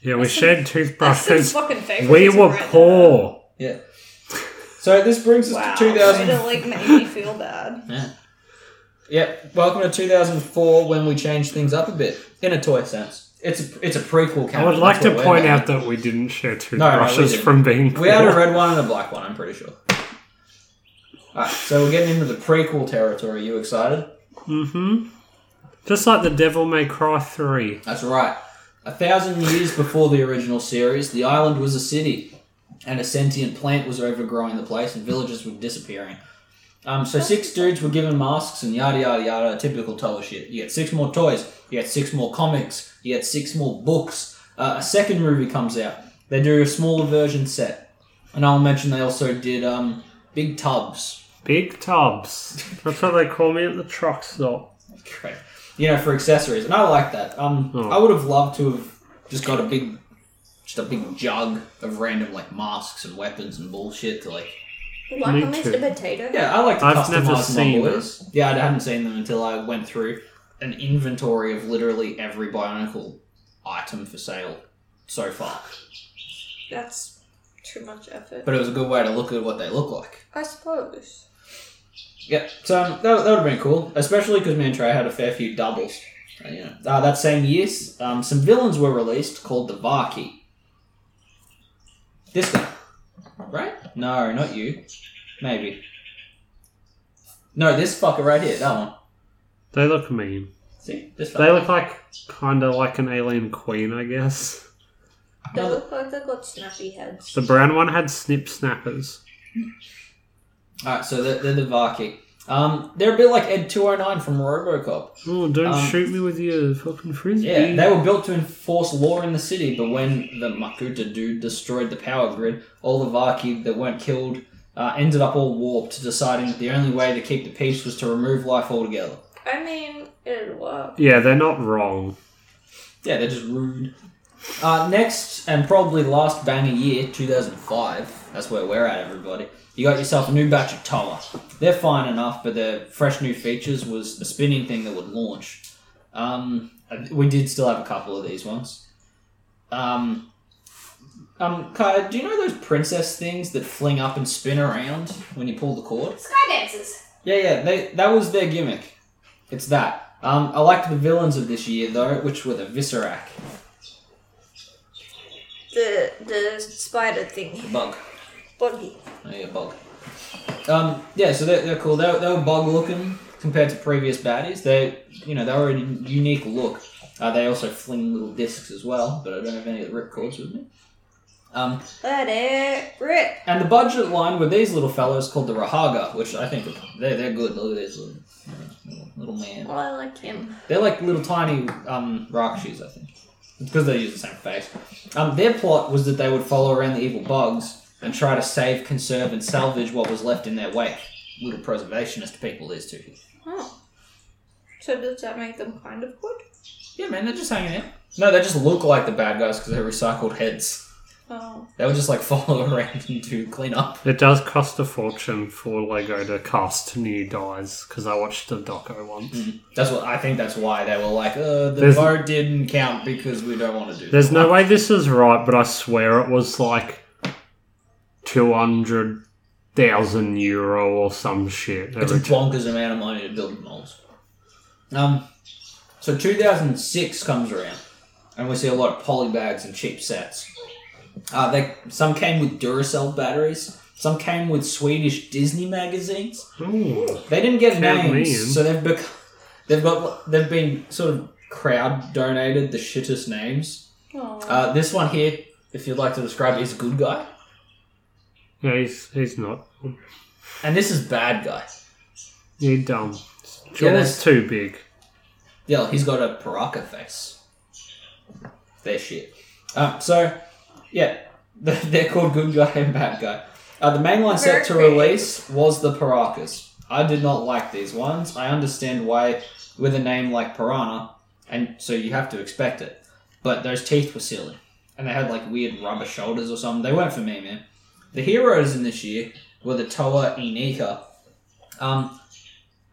S2: Yeah, we shared
S1: That's his
S2: toothbrushes.
S1: fucking favorite.
S2: We were poor.
S3: So this brings us
S1: Wow,
S3: to 2000.
S1: it'll like make me feel bad.
S3: Yeah. Yep. Welcome to 2004 when we changed things up a bit in a toy sense. It's a, it's a prequel.
S2: I
S3: Canon,
S2: would like
S3: that's
S2: to
S3: what we're
S2: point
S3: about.
S2: out that we didn't share
S3: no, we
S2: toothbrushes
S3: didn't.
S2: from being
S3: we had a
S2: poor.
S3: red one and a black one. I'm pretty sure. Alright, so we're getting into the prequel territory. You excited?
S2: hmm Just like the Devil May Cry 3.
S3: That's right. A thousand years before the original series, the island was a city, and a sentient plant was overgrowing the place, and villages were disappearing. Um, so six dudes were given masks and yada yada yada, typical Toho shit. You get six more toys, you get six more comics, you get six more books. Uh, a second movie comes out. They do a smaller version set, and I'll mention they also did um, big tubs.
S2: Big tubs. That's what they call me at the truck stop.
S3: Correct. You know, for accessories, and I like that. Um,
S2: Oh.
S3: I would have loved to have just got a big, just a big jug of random like masks and weapons and bullshit to like.
S1: Like
S2: Me
S1: a Mr.
S2: too.
S1: Potato.
S3: Yeah, I like to
S2: I've
S3: customize
S2: never
S3: my
S2: seen
S3: boys. Yeah, I hadn't seen them until I went through an inventory of literally every Bionicle item for sale so far.
S1: That's too much effort.
S3: But it was a good way to look at what they look like.
S1: I suppose.
S3: Yeah, so um, that, that would have been cool, especially because me and Trey had a fair few doubles. Uh, you know, uh, that same year, s- um, some villains were released called the Vaki. This guy, right? No, not you. Maybe. No, this fucker right here. That one.
S2: They look mean.
S3: See this
S2: They
S3: fucker.
S2: look like kind of like an alien queen, I guess.
S1: They
S3: Another-
S1: look like they've got snappy heads.
S2: The brown one had snip snappers.
S3: All right, so they're, they're the Vaki. Um, they're a bit like Ed two hundred nine from RoboCop.
S2: Oh, don't
S3: Um,
S2: shoot me with your fucking frisbee.
S3: Yeah, they were built to enforce law in the city, but when the Makuta dude destroyed the power grid, all the Vaki that weren't killed uh, ended up all warped, deciding that the only way to keep the peace was to remove life altogether.
S1: I mean, it'll work.
S2: Yeah, they're not wrong.
S3: Yeah, they're just rude. Uh, next, and probably last bang a year, 2005, that's where we're at, everybody. You got yourself a new batch of Toa. They're fine enough, but their fresh new features was a spinning thing that would launch. Um, we did still have a couple of these ones. Um, um, Kaya, do you know those princess things that fling up and spin around when you pull the cord?
S4: Sky dances.
S3: Yeah, yeah, they, that was their gimmick. It's that. Um, I liked the villains of this year, though, which were the Viscerac.
S1: The the spider thing,
S3: Bug.
S1: buggy.
S3: Oh, yeah, bug. Um, yeah, so they're, they're cool. They were, they were bug looking compared to previous baddies. They, you know, they were a unique look. Uh, they also fling little discs as well, but I don't have any of the rip cords with me. Um,
S1: Let it rip.
S3: and the budget line were these little fellows called the Rahaga, which I think are- they're, they're good. Look at these little, little, little man.
S1: Well, I like him.
S3: They're like little tiny um, Rakshis, I think. It's because they use the same face. Um, their plot was that they would follow around the evil bugs and try to save, conserve, and salvage what was left in their wake. Little preservationist people, these two.
S1: Oh. So does that make them kind of good?
S3: Yeah, man, they're just hanging out. No, they just look like the bad guys because they're recycled heads.
S1: Oh.
S3: They would just like follow around and do clean up.
S2: It does cost a fortune for Lego to cast new dies because I watched the doco once.
S3: Hmm. That's what I think. That's why they were like, uh, the
S2: There's-
S3: vote didn't count because we don't want to do.
S2: There's
S3: that.
S2: no way this is right, but I swear it was like two hundred thousand euro or some shit.
S3: It's a
S2: Every time.
S3: bonkers amount of money to build malls. Um, so 2006 comes around, and we see a lot of poly bags and cheap sets. Uh, they some came with Duracell batteries. Some came with Swedish Disney magazines.
S2: Ooh.
S3: They didn't get
S2: Count me
S3: names,
S2: in.
S3: so they've become, they've got they've been sort of crowd donated the shittest names.
S1: Oh.
S3: Uh, this one here, if you'd like to describe, is good guy,
S2: Yeah, he's he's not.
S3: and this is bad guy.
S2: He dumb.
S3: Yeah,
S2: Jaws too big.
S3: Yeah, he's got a Baraka face. They're shit. Um, so, yeah, they're they're called Good Guy and Bad Guy. Uh, the mainline set to
S1: Perfect.
S3: release was the Parakas. I did not like these ones. I understand why, with a name like Piranha, and so you have to expect it. But those teeth were silly. And they had like weird rubber shoulders or something. They weren't for me, man. The heroes in this year were the Toa Inika. Um,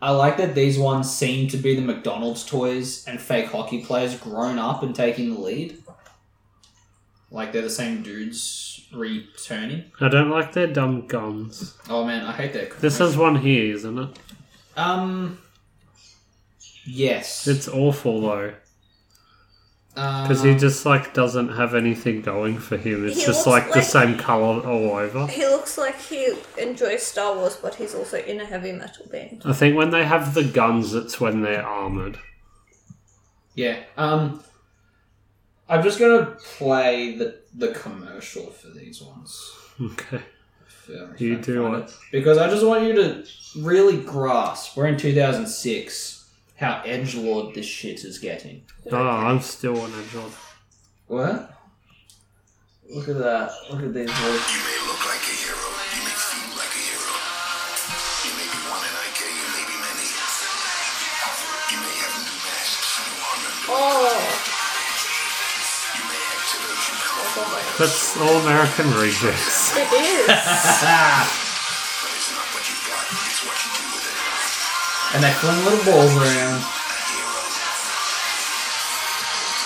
S3: I like that these ones seem to be the McDonald's toys and fake hockey players grown up and taking the lead. Like they're the same dudes returning.
S2: I don't like their dumb guns.
S3: Oh man, I hate that.
S2: This is one here, isn't it?
S3: um. Yes.
S2: It's awful though, because he
S3: Um,
S2: just like doesn't have anything going for him. It's
S1: Uh. He
S2: just
S1: looks
S2: like, the
S1: like-
S2: same color all over.
S1: He looks like he enjoys Star Wars, but he's also in a heavy metal band.
S2: I think when they have the guns, it's when they're armored.
S3: yeah. Um. I'm just gonna play the the commercial for these ones.
S2: Okay.
S3: Yeah,
S2: You
S3: I can
S2: do
S3: find
S2: it.
S3: Because I just want you to really grasp. We're in 2006. How edge lord this shit is getting.
S2: Oh, I'm still on a job.
S3: What? Look at that. Look at these words.
S4: You may look like a hero, you may feel like a hero. You may be one in IK, you may be many. You may have new masks, new armor, new
S1: Oh,
S4: you may activate your power,
S2: That's all American rejects.
S1: it is.
S4: but it's not what you've got, it's what you do with it.
S3: And they fling little balls around.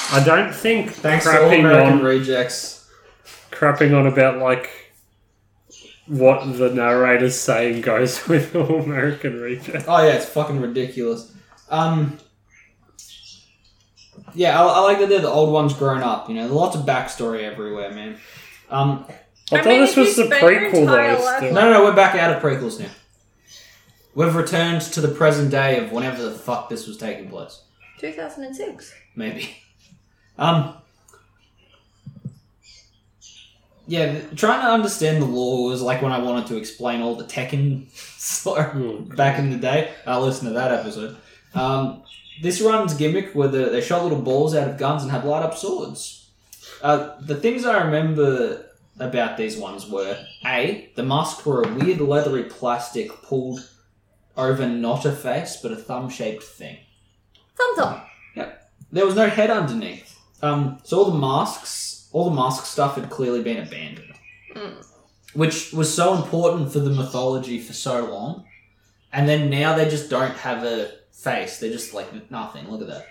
S2: I don't think
S3: Thanks to all
S2: crapping
S3: American
S2: on
S3: rejects.
S2: crapping on about like what the narrator's saying goes with all American rejects.
S3: Oh yeah, it's fucking ridiculous. Um. Yeah, I, I like that they're the old ones grown up. You know, lots of backstory everywhere, man. Um,
S2: I,
S1: I
S2: thought
S1: mean,
S2: this
S1: if you
S2: was the
S1: spend your
S2: prequel
S1: entire
S2: though.
S1: life
S2: Still.
S3: no, no, no, we're back out of prequels now. We've returned to the present day of whenever the fuck this was taking place.
S1: 2006.
S3: maybe. Um, yeah, th- trying to understand the law was like when I wanted to explain all the Tekken
S2: Hmm.
S3: stuff back in the day. I listened to that episode. Um, this run's gimmick where the, they shot little balls out of guns and had light up swords. Uh, the things I remember about these ones were A, the masks were a weird leathery plastic pulled over not a face but a thumb shaped thing.
S1: Thumbs up.
S3: There was no head underneath. Um, so all the masks, all the mask stuff had clearly been abandoned,
S1: Mm.
S3: which was so important for the mythology for so long. And then now they just don't have a face. They're just like nothing. Look at that.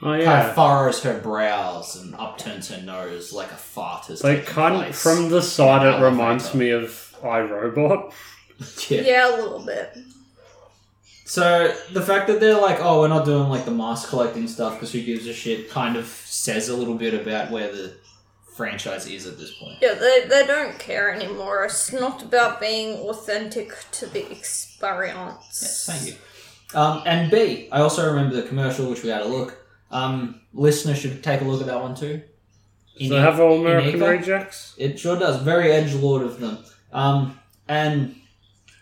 S2: Oh
S3: Kind of
S2: yeah.
S3: furrows her brows and upturns her nose like a fart has
S2: Like
S3: taken
S2: kind of,
S3: place.
S2: from the side it
S3: Elevator.
S2: reminds me of iRobot.
S3: yeah.
S1: Yeah, a little bit.
S3: So the fact that they're like, oh, we're not doing like the mask collecting stuff because who gives a shit, kind of says a little bit about where the franchise is at this point.
S1: Yeah, they, they don't care anymore. It's not about being authentic to the experience.
S3: Yes, thank you. Um, and B, I also remember the commercial, which we had a look. Um, listeners should take a look at that one too.
S2: Does
S3: Ine-
S2: it have all American
S3: Ineco?
S2: rejects?
S3: It sure does. Very edge lord of them. Um, and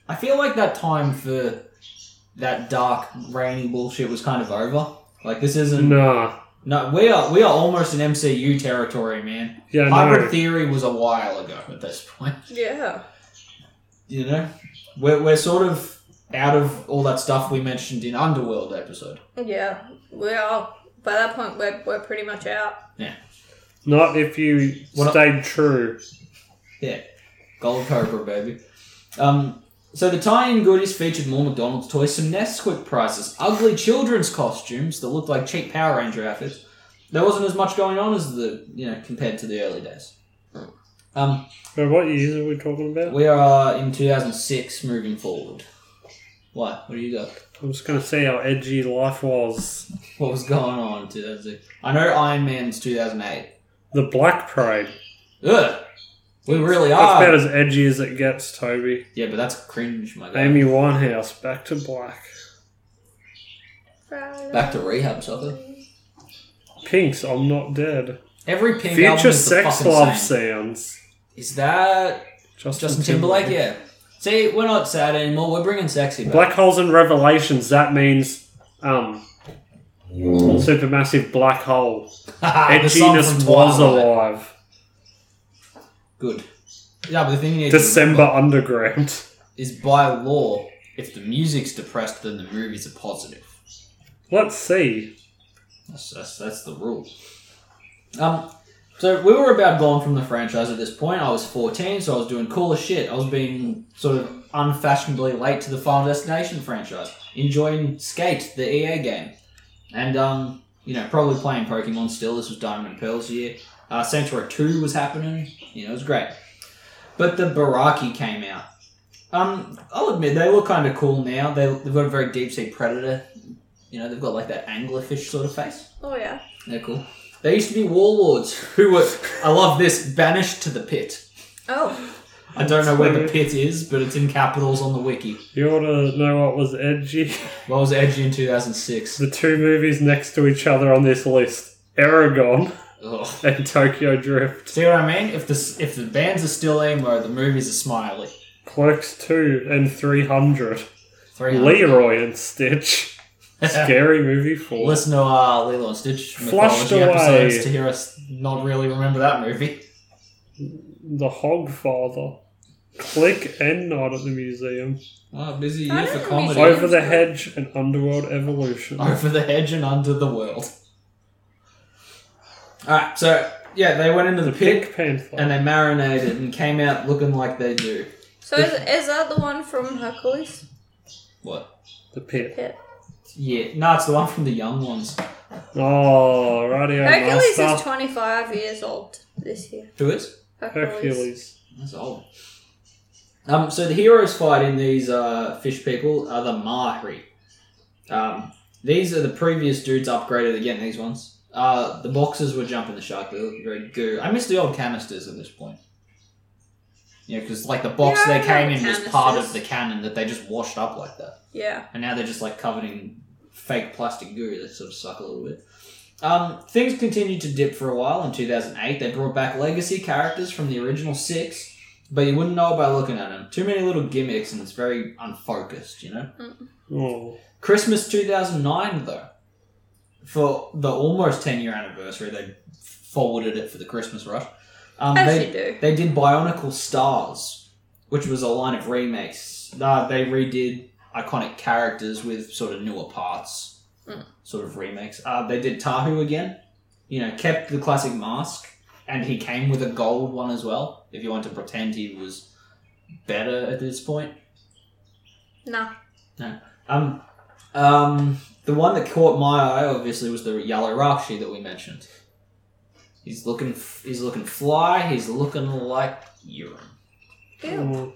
S3: I feel like that time for that dark, rainy bullshit was kind of over. Like this isn't. No,
S2: Nah.
S3: we are we are almost in MCU territory, man.
S2: Yeah,
S3: Hybrid
S2: no.
S3: Theory was a while ago at this point.
S1: Yeah.
S3: You know, we're we're sort of out of all that stuff we mentioned in Underworld episode.
S1: Yeah. We are. By that point, we're, we're pretty much out.
S2: Not if you
S3: Well, not-
S2: stayed true.
S3: Yeah, Gold Cobra, baby. Um, so the tie-in goodies featured more McDonald's toys, some Nesquik prices, ugly children's costumes that looked like cheap Power Ranger outfits. There wasn't as much going on as the you know compared to the early days. Um,
S2: Wait, what years are we talking about?
S3: we are in 2006, moving forward. What? What do you got?
S2: I'm just gonna say how edgy life was.
S3: What was going on in 2006? I know Iron Man's 2008.
S2: The Black Parade.
S3: Ugh, we really
S2: That's
S3: are.
S2: about as edgy as it gets, Toby.
S3: Yeah, but that's cringe, my guy.
S2: Amy Winehouse, back to black.
S3: Back to rehab, sucker.
S2: Pink's I'm Not Dead.
S3: Every pink album
S2: Future
S3: is the
S2: Sex
S3: fucking
S2: Love
S3: same.
S2: Sounds.
S3: Is that
S2: Justin,
S3: Justin Timberlake? Yeah. See, we're not sad anymore. We're bringing sexy back.
S2: Black Holes and Revelations, that means um, supermassive black hole.
S3: Ah, The song
S2: Edginess
S3: from
S2: was
S3: Twilight.
S2: alive.
S3: Good. Yeah, but the thing you need to
S2: December
S3: remember
S2: Underground.
S3: is by law, if the music's depressed, then the movies are positive.
S2: Let's see.
S3: That's, that's, that's the rule. Um, so we were about gone from the franchise at this point. I was 14, so I was doing cool as shit. I was being sort of unfashionably late to the Final Destination franchise, enjoying Skate, the EA game, and um, you know probably playing Pokemon still. This was Diamond and Pearl's year. Uh, Centaur 2 was happening. You know, it was great. But the Baraki came out. Um, I'll admit they look kind of cool now. They, they've got a very deep sea predator. You know, they've got like that anglerfish sort of face.
S1: Oh yeah.
S3: They're cool. They used to be warlords who were, I love this, banished to the pit.
S1: Oh.
S3: I don't know where the
S2: Sorry.
S3: pit is, but it's in capitals on the wiki.
S2: You want to know what was edgy?
S3: What was edgy in 2006?
S2: The two movies next to each other on this list Aragon
S3: Ugh.
S2: and Tokyo Drift.
S3: See what I mean? If the s- if the bands are still emo, the movies are smiley.
S2: Clerks 2 and 300.
S3: Three
S2: Leroy and Stitch. Scary movie 4.
S3: Listen to our Lilo and Stitch
S2: Flushed
S3: mythology episodes
S2: away.
S3: to hear us not really remember that movie.
S2: The Hogfather. Click and Night at the Museum.
S3: Wow, busy
S1: year I for don't comedy. remember
S2: Over the Hedge and Underworld Evolution.
S3: Over the hedge and under the world. Alright, so yeah, they went into the pit.
S2: Pink Panther.
S3: and they marinated and came out looking like they do.
S1: So is, is that the one from Hercules?
S3: What?
S2: the Pit.
S1: Pit.
S3: Yeah, no, it's the one from the young ones.
S2: Oh, radio
S1: Hercules is
S2: master.
S1: 25 years old this year.
S3: Who is?
S1: Hercules.
S2: Hercules.
S3: That's old. Um, so the heroes fighting these uh, fish people are the Mahri. Um, these are the previous dudes upgraded again. These ones. Uh, the boxes were jumping the shark. They looked very goo. I miss the old canisters at this point. Yeah, because like the box
S1: Yeah, I
S3: they came in
S1: remember
S3: was part of
S1: canisters.
S3: the cannon that they just washed up like that.
S1: Yeah.
S3: and now they're just like covered in fake plastic goo that sort of suck a little bit. Um, things continued to dip for a while. In 2008, they brought back legacy characters from the original six, but you wouldn't know by looking at them. Too many little gimmicks, and it's very unfocused, you know?
S2: Oh,
S3: Christmas 2009, though, for the almost 10 year anniversary, they forwarded it for the Christmas rush. Um,
S1: As
S3: they,
S1: you do.
S3: they did Bionicle Stars, which was a line of remakes. Uh, they redid iconic characters with sort of newer parts,
S1: Mm.
S3: sort of remakes. Uh, they did Tahu again, you know, kept the classic mask, and he came with a gold one as well, if you want to pretend he was better at this point.
S1: Nah.
S3: Um, um, the one that caught my eye obviously was the yellow Rakshi that we mentioned. He's looking, f- he's looking fly. He's looking like urine.
S1: Ew.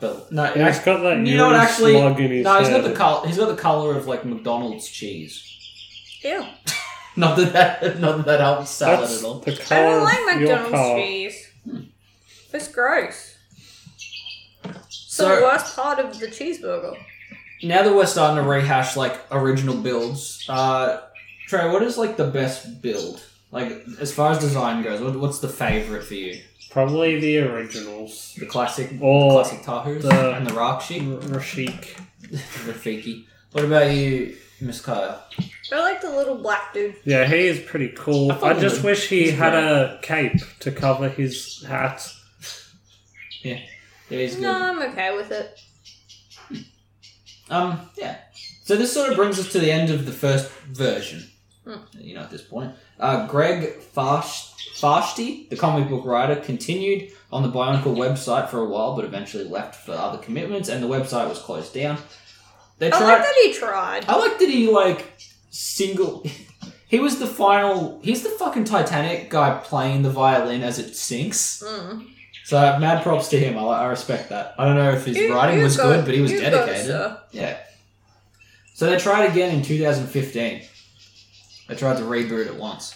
S3: But no,
S2: And he's got that
S3: You know what,
S2: urine
S3: actually-
S2: slug in his
S3: no, he's
S2: head.
S3: got the color. He's got the color of like McDonald's cheese.
S1: Ew.
S3: Not that that, not that that helps salad
S2: That's
S3: at all.
S2: the
S1: I
S2: color
S1: don't
S3: Oh,
S1: like
S2: of your car.
S1: McDonald's cheese. It's gross. It's the
S3: So
S1: worst part of the cheeseburger.
S3: now that we're starting to rehash like original builds, uh, Trey, what is like the best build? Like as far as design goes, what, what's the favorite for you?
S2: Probably the originals.
S3: The classic
S2: Or
S3: classic Tahus
S2: Oh, the-
S3: and the Rakshi,
S2: Rashik.
S3: Rafiki. What about you, Miss Kaya?
S1: I like the little black dude.
S2: Yeah, he is pretty cool.
S3: I thought
S2: I,
S3: he
S2: just
S3: was-
S2: wish he
S3: he's
S2: had a cape to cover his hat.
S3: Yeah, he's good.
S1: No, I'm okay with it.
S3: Um, yeah. So this sort of brings us to the end of the first version.
S1: Mm.
S3: You know, at this point, uh, Greg Fash Spashti, the comic book writer, continued on the Bionicle website for a while, but eventually left for other commitments, and the website was closed down. They
S1: I
S3: tried.
S1: like that he tried.
S3: I like that he like single. he was the final. He's the fucking Titanic guy playing the violin as it sinks.
S1: Mm.
S3: So mad props to him. I, I respect that. I don't know if his
S1: You-
S3: writing
S1: you
S3: was
S1: go-
S3: good, but he was
S1: you go,
S3: dedicated.
S1: sir.
S3: Yeah. So they tried again in 2015. They tried to reboot it once.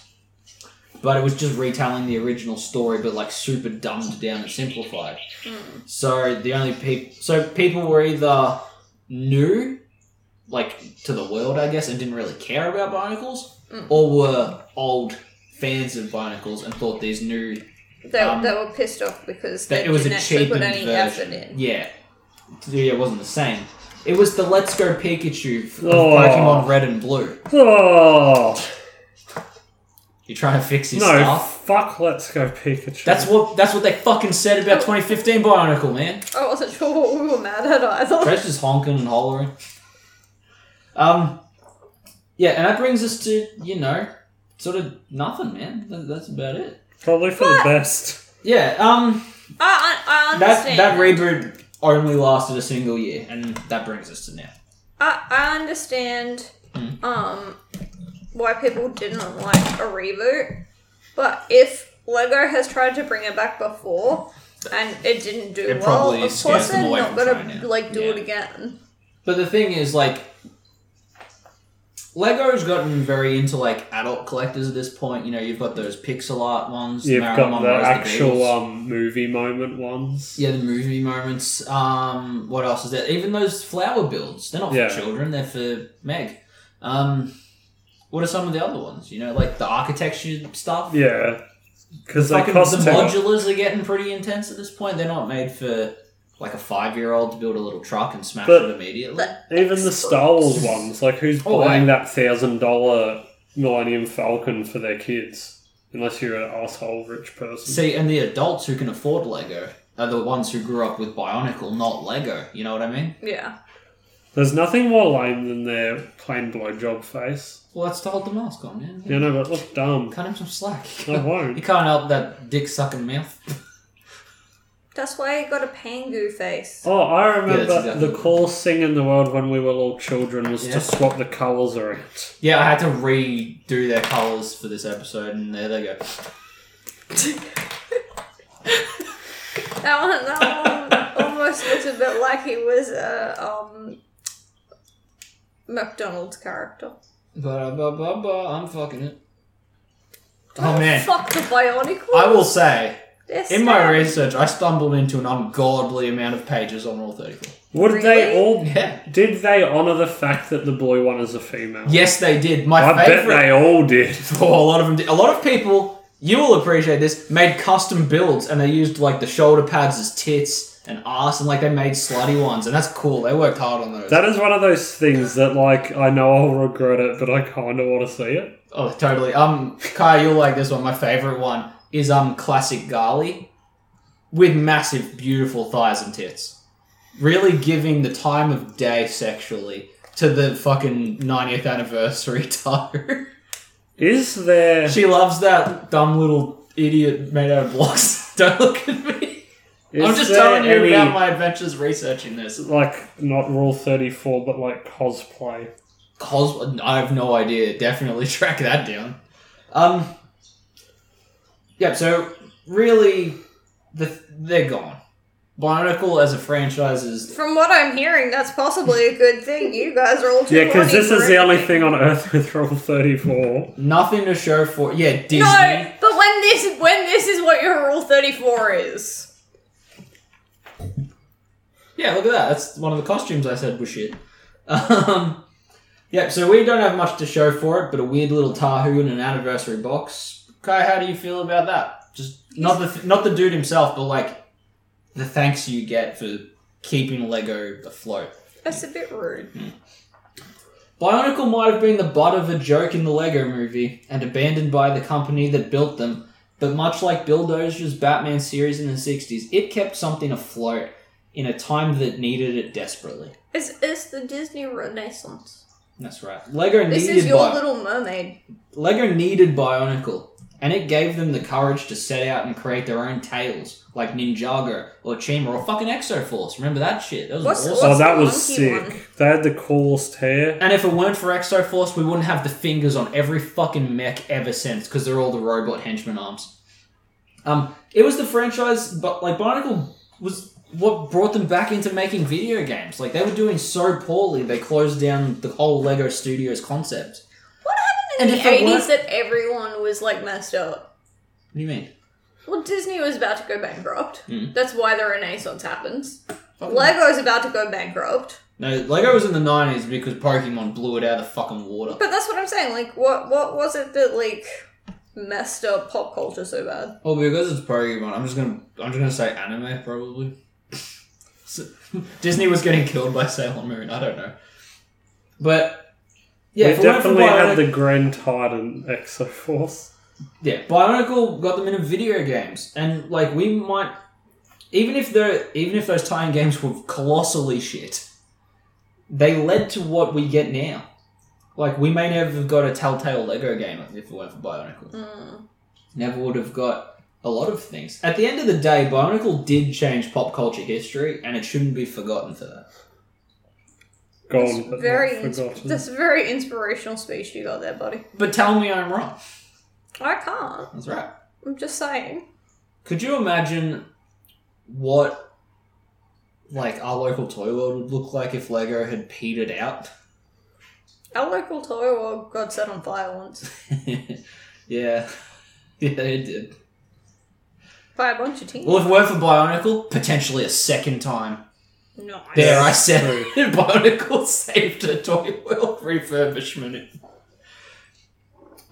S3: But it was just retelling the original story, but like super dumbed down and simplified.
S1: Mm.
S3: So the only people, so people were either new, like to the world, I guess, and didn't really care about barnacles,
S1: Mm.
S3: or were old fans of barnacles and thought these new
S1: They,
S3: Um,
S1: they were pissed off because
S3: that
S1: they
S3: it was a
S1: didn't actually
S3: cheapened
S1: put any
S3: version.
S1: effort in.
S3: Yeah, yeah, it wasn't the same. It was the Let's Go Pikachu f- of
S2: Oh.
S3: Pokemon Red and Blue.
S2: Oh
S3: You're trying to fix his
S2: no!
S3: stuff.
S2: Fuck! Let's go Pikachu.
S3: That's what that's what they fucking said about 2015 Bionicle, man.
S1: I wasn't sure what we were mad at either.
S3: Fred's just honking and hollering. Um, yeah, and that brings us to you know, sort of nothing, man. That, that's about it.
S2: probably for
S1: What?
S2: the best.
S3: Yeah. Um,
S1: I, I, I
S3: that
S1: understand.
S3: that reboot only lasted a single year, and that brings us to now.
S1: I, I understand
S3: Mm.
S1: um, why people didn't like a reboot, but if Lego has tried to bring it back before and it didn't do
S3: It
S1: well,
S3: probably
S1: of
S3: scares
S1: course
S3: them
S1: they're
S3: away
S1: not
S3: from
S1: gonna
S3: trying it.
S1: like do
S3: Yeah.
S1: it again.
S3: But the thing is, like, Lego's gotten very into like adult collectors at this point. You know, you've got those pixel art ones.
S2: You've
S3: Marilyn
S2: got the
S3: Monroe's The
S2: actual
S3: Beatles.
S2: um, movie moment ones.
S3: Yeah, the movie moments. Um, what else is there? Even those flower builds. They're not
S2: Yeah.
S3: for children. They're for Meg. Um, what are some of the other ones? You know, like the architecture stuff.
S2: Yeah, because they
S3: Fucking-
S2: cost
S3: the
S2: too much.
S3: modulars are getting pretty intense at this point. They're not made for like a five-year-old to build a little truck and smash
S2: But-
S3: it immediately.
S1: But-
S2: Even the Star Wars ones, like who's
S3: Oh,
S2: buying that thousand dollar Millennium Falcon for their kids? Unless you're an asshole rich person.
S3: See, and the adults who can afford Lego are the ones who grew up with Bionicle, not Lego. You know what I mean?
S1: Yeah.
S2: There's nothing more lame than their plain blowjob face.
S3: Well, that's to hold the mask on, man.
S2: You know, but look dumb.
S3: Cut him some slack.
S2: I
S3: You
S2: won't.
S3: can't help that dick sucking mouth.
S1: That's why he got a Pangu face.
S2: Oh, I remember
S3: Yeah, that's exactly
S2: the
S3: what-
S2: coolest thing in the world when we were all children was
S3: Yeah.
S2: to swap the colours around.
S3: Yeah, I had to redo their colours for this episode, and there they go.
S1: That one, that one almost looks a bit like he was a um, McDonald's character.
S3: Ba ba ba ba. I'm fucking it.
S1: What
S3: Oh
S1: the
S3: man,
S1: Fuck the Bionicle.
S3: I will say,
S1: They're
S3: in my
S1: sad.
S3: research, I stumbled into an ungodly amount of pages on Rule Thirty Four.
S2: Would they
S1: Really?
S2: all.
S3: Yeah.
S2: Did they honour the fact that the blue one is a female?
S3: Yes, they did. My
S2: I bet
S3: favorite.
S2: they all did.
S3: Oh, a lot of them. Did. A lot of people. You will appreciate this. Made custom builds, and they used like the shoulder pads as tits and ass, and like they made slutty ones, and that's cool. They worked hard on those.
S2: That is one of those things that, like, I know I'll regret it, but I kind of want to see it.
S3: oh, totally. Um, Kai, you'll like this one. My favorite one is um classic Gali, with massive, beautiful thighs and tits, really giving the time of day sexually to the fucking 90th anniversary Taru.
S2: Is there
S3: she loves that dumb little idiot made out of blocks. Don't look at me.
S2: is
S3: I'm just
S2: there
S3: telling you
S2: any,
S3: about my adventures researching this.
S2: like not Rule Thirty Four, but like cosplay?
S3: Cos- I have no idea. Definitely track that down. Um. Yeah. So really, the, they're gone. Bionicle as a franchise is
S1: From what I'm hearing, that's possibly a good thing. You guys are all too
S2: Yeah, because
S1: horny
S2: this
S1: for
S2: is the only
S1: everything.
S2: thing on Earth with Rule Thirty Four.
S3: nothing to show for. Yeah, Disney.
S1: No, but when this when this is what your rule thirty four is.
S3: Yeah, look at that. That's one of the costumes I said was shit. Um, yeah, so we don't have much to show for it, but a weird little Tahu and an anniversary box. Kai, how do you feel about that? Just not the not the dude himself, but like the thanks you get for keeping Lego afloat.
S1: That's a bit rude.
S3: Bionicle might have been the butt of a joke in the Lego movie and abandoned by the company that built them, but much like Bill Dozier's Batman series in the 60s, it kept something afloat in a time that needed it desperately.
S1: It's, it's the Disney Renaissance.
S3: That's right. Lego
S1: This
S3: needed
S1: is your
S3: Bi-
S1: Little Mermaid.
S3: Lego needed Bionicle and it gave them the courage to set out and create their own tales, like Ninjago or Chima or fucking Exoforce. Remember that shit? That was
S1: What's-
S3: awesome.
S1: what's-
S2: Oh, that
S1: the
S2: was
S1: monkey
S2: sick.
S1: one?
S2: They had the coolest hair.
S3: And if it weren't for Exoforce, we wouldn't have the fingers on every fucking mech ever since, because they're all the robot henchman arms. Um, it was the franchise, but like Barnacle was what brought them back into making video games. Like they were doing so poorly, they closed down the whole Lego Studios concept.
S1: What happened in
S3: And if
S1: the
S3: it
S1: eighties
S3: weren't-
S1: that everyone was like messed up?
S3: What do you mean?
S1: Well, Disney was about to go bankrupt.
S3: Mm.
S1: That's why the Renaissance happens. Lego's about to go bankrupt.
S3: No, Lego was in the nineties because Pokemon blew it out of the fucking water.
S1: But that's what I'm saying. Like, what what was it that like messed up pop culture so bad?
S3: Well, Oh, because it's Pokemon, I'm just gonna I'm just gonna say anime probably. So- Disney was getting killed by Sailor Moon. I don't know, but yeah,
S2: they
S3: if it weren't for
S2: definitely had
S3: Bionic-
S2: the Grand Titan Exoforce.
S3: yeah, Bionicle got them into video games, and like we might even if the even if those tie-in games were colossally shit, they led to what we get now. Like we may never have got a Telltale Lego game if it weren't for Bionicle.
S1: Mm.
S3: never would have got a lot of things. At the end of the day, Bionicle did change pop culture history, and it shouldn't be forgotten for that.
S2: Gone, but
S1: Very,
S2: not
S1: ins-
S2: forgotten.
S1: that's a very inspirational speech you got there, buddy.
S3: But tell me I'm wrong.
S1: I can't.
S3: That's right.
S1: I'm just saying.
S3: Could you imagine what like our local toy world would look like if Lego had petered out?
S1: Our local toy world got set on fire once
S3: yeah. Yeah, it did.
S1: by a bunch of teens.
S3: Well, if it weren't for Bionicle, potentially a second time.
S1: no,
S3: There, I
S2: Yes,
S3: said
S2: true.
S3: it. Barnacle saved a toy world refurbishment.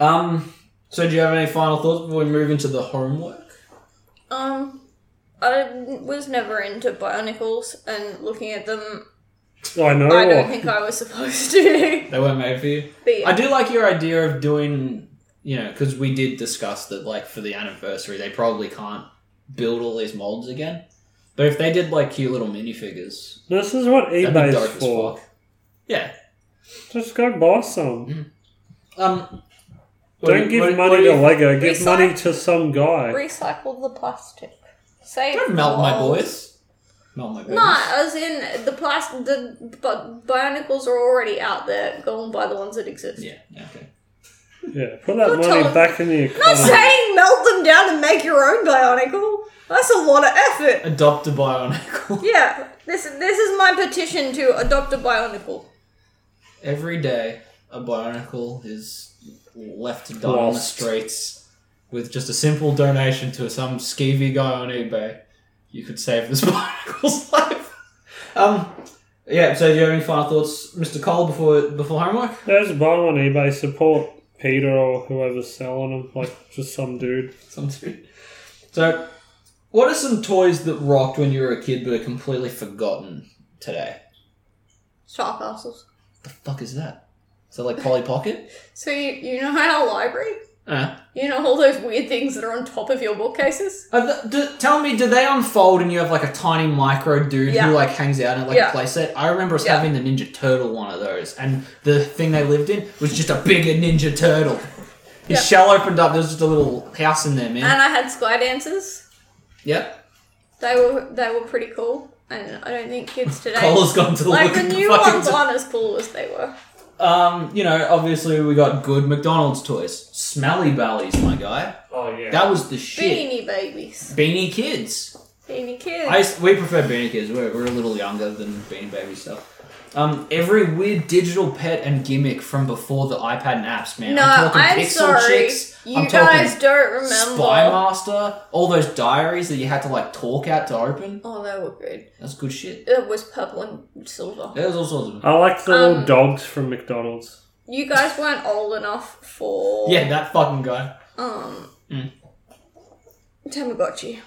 S3: Um. So, do you have any final thoughts before we move into the homework?
S1: Um, I was never into bionicles, and looking at them,
S2: I know.
S3: Oh.
S1: I don't think I was supposed to.
S3: They weren't made for you.
S1: But yeah.
S3: I do like your idea of doing, you know, because we did discuss that, like for the anniversary, they probably can't build all these molds again. But if they did like cute little minifigures,
S2: This is what
S3: that'd be dope
S2: eBay's
S3: as
S2: for.
S3: fuck. Hmm? Yeah.
S2: Just go buy some.
S3: Um. what do
S2: Don't
S3: you-
S2: give
S3: what- what
S2: money
S3: do
S2: to
S3: you-
S2: Lego. Give
S1: Recycle-
S2: money to some guy.
S1: Recycle the plastic. Save
S3: Don't melt my
S1: world.
S3: boys. Melt my boys.
S1: No, as in the plastic, the bi- bionicles are already out there. Go and buy the ones that exist.
S3: Yeah. yeah, Okay.
S2: Yeah, put that
S1: Don't
S2: money
S1: tell him.
S2: back in the
S1: I'm not
S2: economy.
S1: saying melt them down and make your own bionicle. That's a lot of effort.
S3: Adopt a bionicle.
S1: Yeah, this this is my petition to adopt a bionicle.
S3: Every day, a bionicle is left to die on the
S2: Lost.
S3: streets with just a simple donation to some skeevy guy on eBay. You could save this bionicle's life. Um, yeah. So, do you have any final thoughts, Mr. Cole, before before homework?
S2: Yeah, Just buy them on eBay. Support Peter or whoever's selling them. Like just some dude.
S3: Some dude. So, what are some toys that rocked when you were a kid but are completely forgotten today?
S1: Star castles.
S3: The fuck is that? Is that like Polly Pocket?
S1: So you, you know how our library?
S3: Uh,
S1: You know all those weird things that are on top of your bookcases?
S3: Are Uh, the, do, tell me, do they unfold and you have like a tiny micro dude
S1: Yeah.
S3: who like hangs out in like
S1: Yeah.
S3: a playset? I remember us
S1: Yeah.
S3: having the Ninja Turtle one of those, and the thing they lived in was just a bigger Ninja Turtle. His
S1: Yeah.
S3: shell opened up. There was just a little house in there, man.
S1: And I had sky dances.
S3: yep.
S1: They were they were pretty cool. And I don't think kids today
S3: Cole has gone to
S1: like
S3: look
S1: the
S3: at
S1: new
S3: fucking
S1: ones
S3: t-
S1: aren't as cool as they were.
S3: Um, you know, obviously we got good McDonald's toys. Smelly Bally's, my guy.
S2: Oh yeah.
S3: That was the shit.
S1: Beanie babies.
S3: Beanie Kids.
S1: Beanie kids.
S3: I used- we prefer Beanie Kids. We're, we're a little younger than Beanie Baby stuff. Um, every weird digital pet and gimmick from before the iPad and apps, man.
S1: no,
S3: I'm
S1: I'm,
S3: talking Pixel
S1: sorry.
S3: Chicks.
S1: you
S3: I'm
S1: guys
S3: talking
S1: don't remember.
S3: Spy Master. All those diaries that you had to like talk out to open.
S1: oh, they were good.
S3: That's good shit.
S1: It was purple and silver.
S3: There's all sorts of.
S2: I like the little
S1: Um,
S2: dogs from McDonald's.
S1: You guys weren't old enough for
S3: Yeah, that fucking guy.
S1: um
S3: Mm.
S1: Tamagotchi.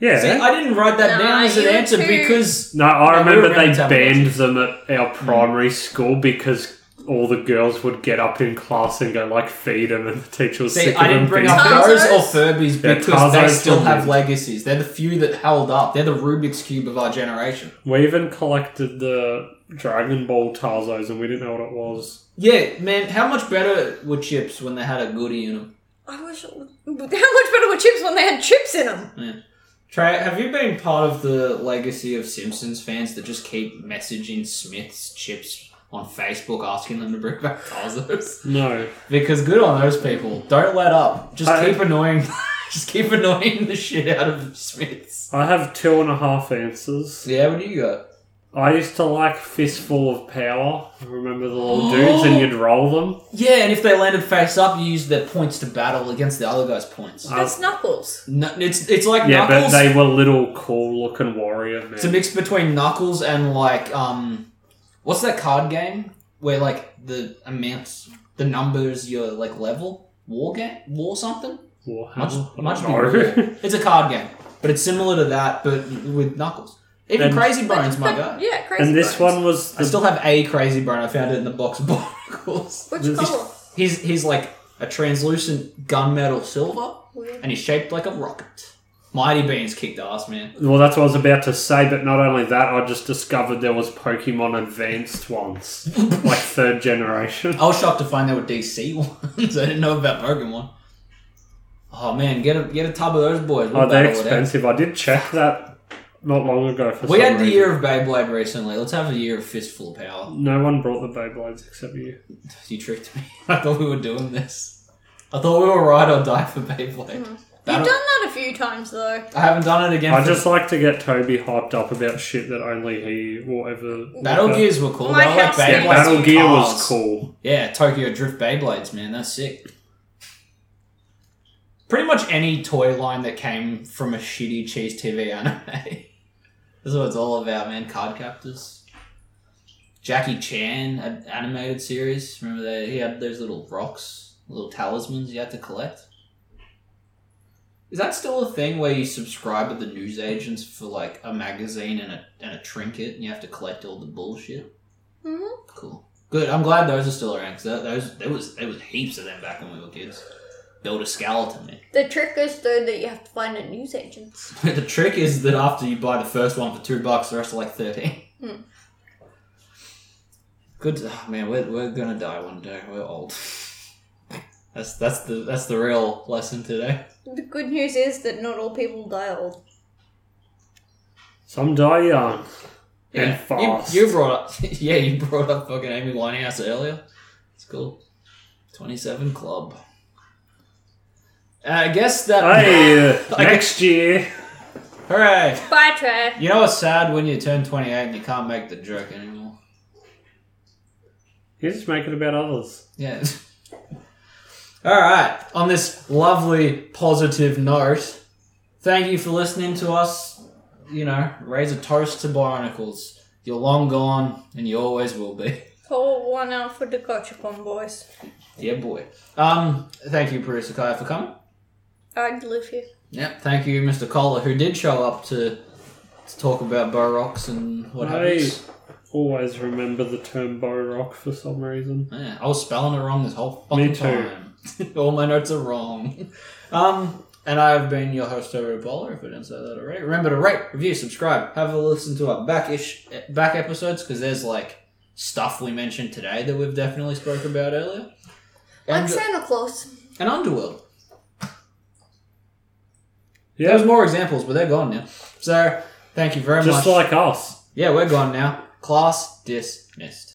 S2: Yeah.
S3: See, I didn't write that
S1: Nah,
S3: down as an
S1: you
S3: answer
S1: too.
S3: because
S2: no, I
S3: No, we were
S2: remember they
S3: around
S2: banned them at our primary school because all the girls would get up in class and go like feed them, and the teacher was
S3: see,
S2: sick
S3: I
S2: of
S3: didn't
S2: them
S3: bring
S2: being.
S3: up
S1: Tarzos?
S3: those or Furbies
S2: Yeah,
S3: because they
S2: Tarzos
S3: still
S2: were
S3: have
S2: good.
S3: legacies. They're the few that held up. They're the Rubik's cube of our generation.
S2: We even collected the Dragon Ball Tarzos, and we didn't know what it was.
S3: Yeah, man, how much better were chips when they had a goodie in them?
S1: I wish. It was, how much better were chips when they had chips in them?
S3: Trey, have you been part of the legacy of Simpsons fans that just keep messaging Smith's chips on Facebook asking them to bring back Tazos?
S2: No.
S3: Because good on those people. Don't let up. Just
S2: I-
S3: keep annoying. just keep annoying the shit out of Smiths.
S2: I have two and a half answers.
S3: Yeah, what do you got?
S2: I used to like Fistful of Power. Remember the little dudes and you'd roll them?
S3: Yeah, and if they landed face up, you use their points to battle against the other guy's points.
S2: Uh,
S1: That's Knuckles.
S3: No, it's it's like
S2: Yeah,
S3: Knuckles.
S2: but they were little cool looking warrior men.
S3: It's a mix between Knuckles and like um, what's that card game where like the amounts, the numbers, your like level war game, war something. Much,
S2: Warhammer?
S3: much
S2: No.
S3: bigger. It's a card game, but it's similar to that, but with Knuckles. Even
S2: And-
S3: Crazy Bones, my
S1: But-
S3: guy.
S1: Yeah, crazy.
S2: and this
S1: Bones.
S2: one was
S3: I
S2: the
S3: still have a Crazy Bone. I found it in the box of Knuckles.
S1: Which
S2: this-
S1: color?
S3: He's he's like a translucent gunmetal silver,
S1: Weird.
S3: and he's shaped like a rocket. Mighty Beans kicked ass, man.
S2: Well, that's what I was about to say, but not only that, I just discovered there was Pokemon Advanced ones, like third generation.
S3: I was shocked to find there were DC ones. I didn't know about Pokemon. Oh man, get a get a tub of those boys. We'll
S2: Oh, they're
S3: battle it out.
S2: expensive. I did check that not long ago. For
S3: We
S2: some
S3: had the
S2: reason.
S3: year of Beyblade recently. Let's have a year of Fistful of Power.
S2: No one brought the Beyblades except you.
S3: You tricked me. I thought we were doing this. I thought we were right or die for Beyblade.
S1: You've
S3: Battle-
S1: done that a few times though.
S3: I haven't done it again.
S2: I
S3: for-
S2: just like to get Toby hyped up about shit that only he will ever.
S3: Battle
S2: look at.
S3: Gears were cool.
S1: My
S3: though. I like
S1: house
S2: Yeah,
S3: Beyblades.
S1: Beyblades
S2: Battle
S3: with
S2: Gear
S3: cars.
S2: was cool.
S3: Yeah, Tokyo Drift Beyblades, man, that's sick. Pretty much any toy line that came from a shitty cheese TV anime. this is what it's all about, man. Card captors. Jackie Chan an animated series. Remember that he had those little rocks, little talismans you had to collect. Is that still a thing where you subscribe to the newsagents for like a magazine and a and a trinket, and you have to collect all the bullshit?
S1: hmm
S3: Cool. Good. I'm glad those are still around because those there was there was heaps of them back when we were kids. Build a skeleton. Man.
S1: The trick is though that you have to find a newsagent's.
S3: the trick is that after you buy the first one for two bucks, the rest are like thirteen.
S1: Hmm.
S3: Good oh, man. We're, we're gonna die one day. We're old. That's that's the that's the real lesson today.
S1: The good news is that not all people die old.
S2: Some die young and
S3: you,
S2: fast.
S3: you brought up yeah you brought up fucking Amy Winehouse earlier. It's cool. Twenty seven Club. I guess that.
S2: Hey, uh,
S3: I
S2: next year.
S3: Hooray!
S1: Bye, Trey.
S3: You know it's sad when you turn 28 and you can't make the joke anymore?
S2: You just make it about others.
S3: Yeah. Alright, on this lovely positive note, thank you for listening to us. You know, raise a toast to Barnacles. You're long gone and you always will be.
S1: Pour one out for the Gotchapon boys.
S3: Yeah, boy. Um, thank you, Producer Kai, for coming.
S1: I'd live here.
S3: Yep. Thank you, Mr. Collar, who did show up to, to talk about Burrocks and what
S2: Hey.
S3: happens.
S2: Always remember the term bow rock for some reason.
S3: Yeah, I was spelling it wrong this whole fucking
S2: Me too.
S3: time. All my notes are wrong. Um, and I've been your host, Toby Apollo, if I didn't say that already. Remember to rate, review, subscribe, have a listen to our back-ish, back episodes, because there's, like, stuff we mentioned today that we've definitely spoke about earlier.
S1: Like
S3: And,
S1: Santa Claus.
S3: and Underworld.
S2: Yeah,
S3: There's more examples, but they're gone now. So, thank you very
S2: just
S3: much.
S2: like us.
S3: yeah, we're gone now. Class dismissed.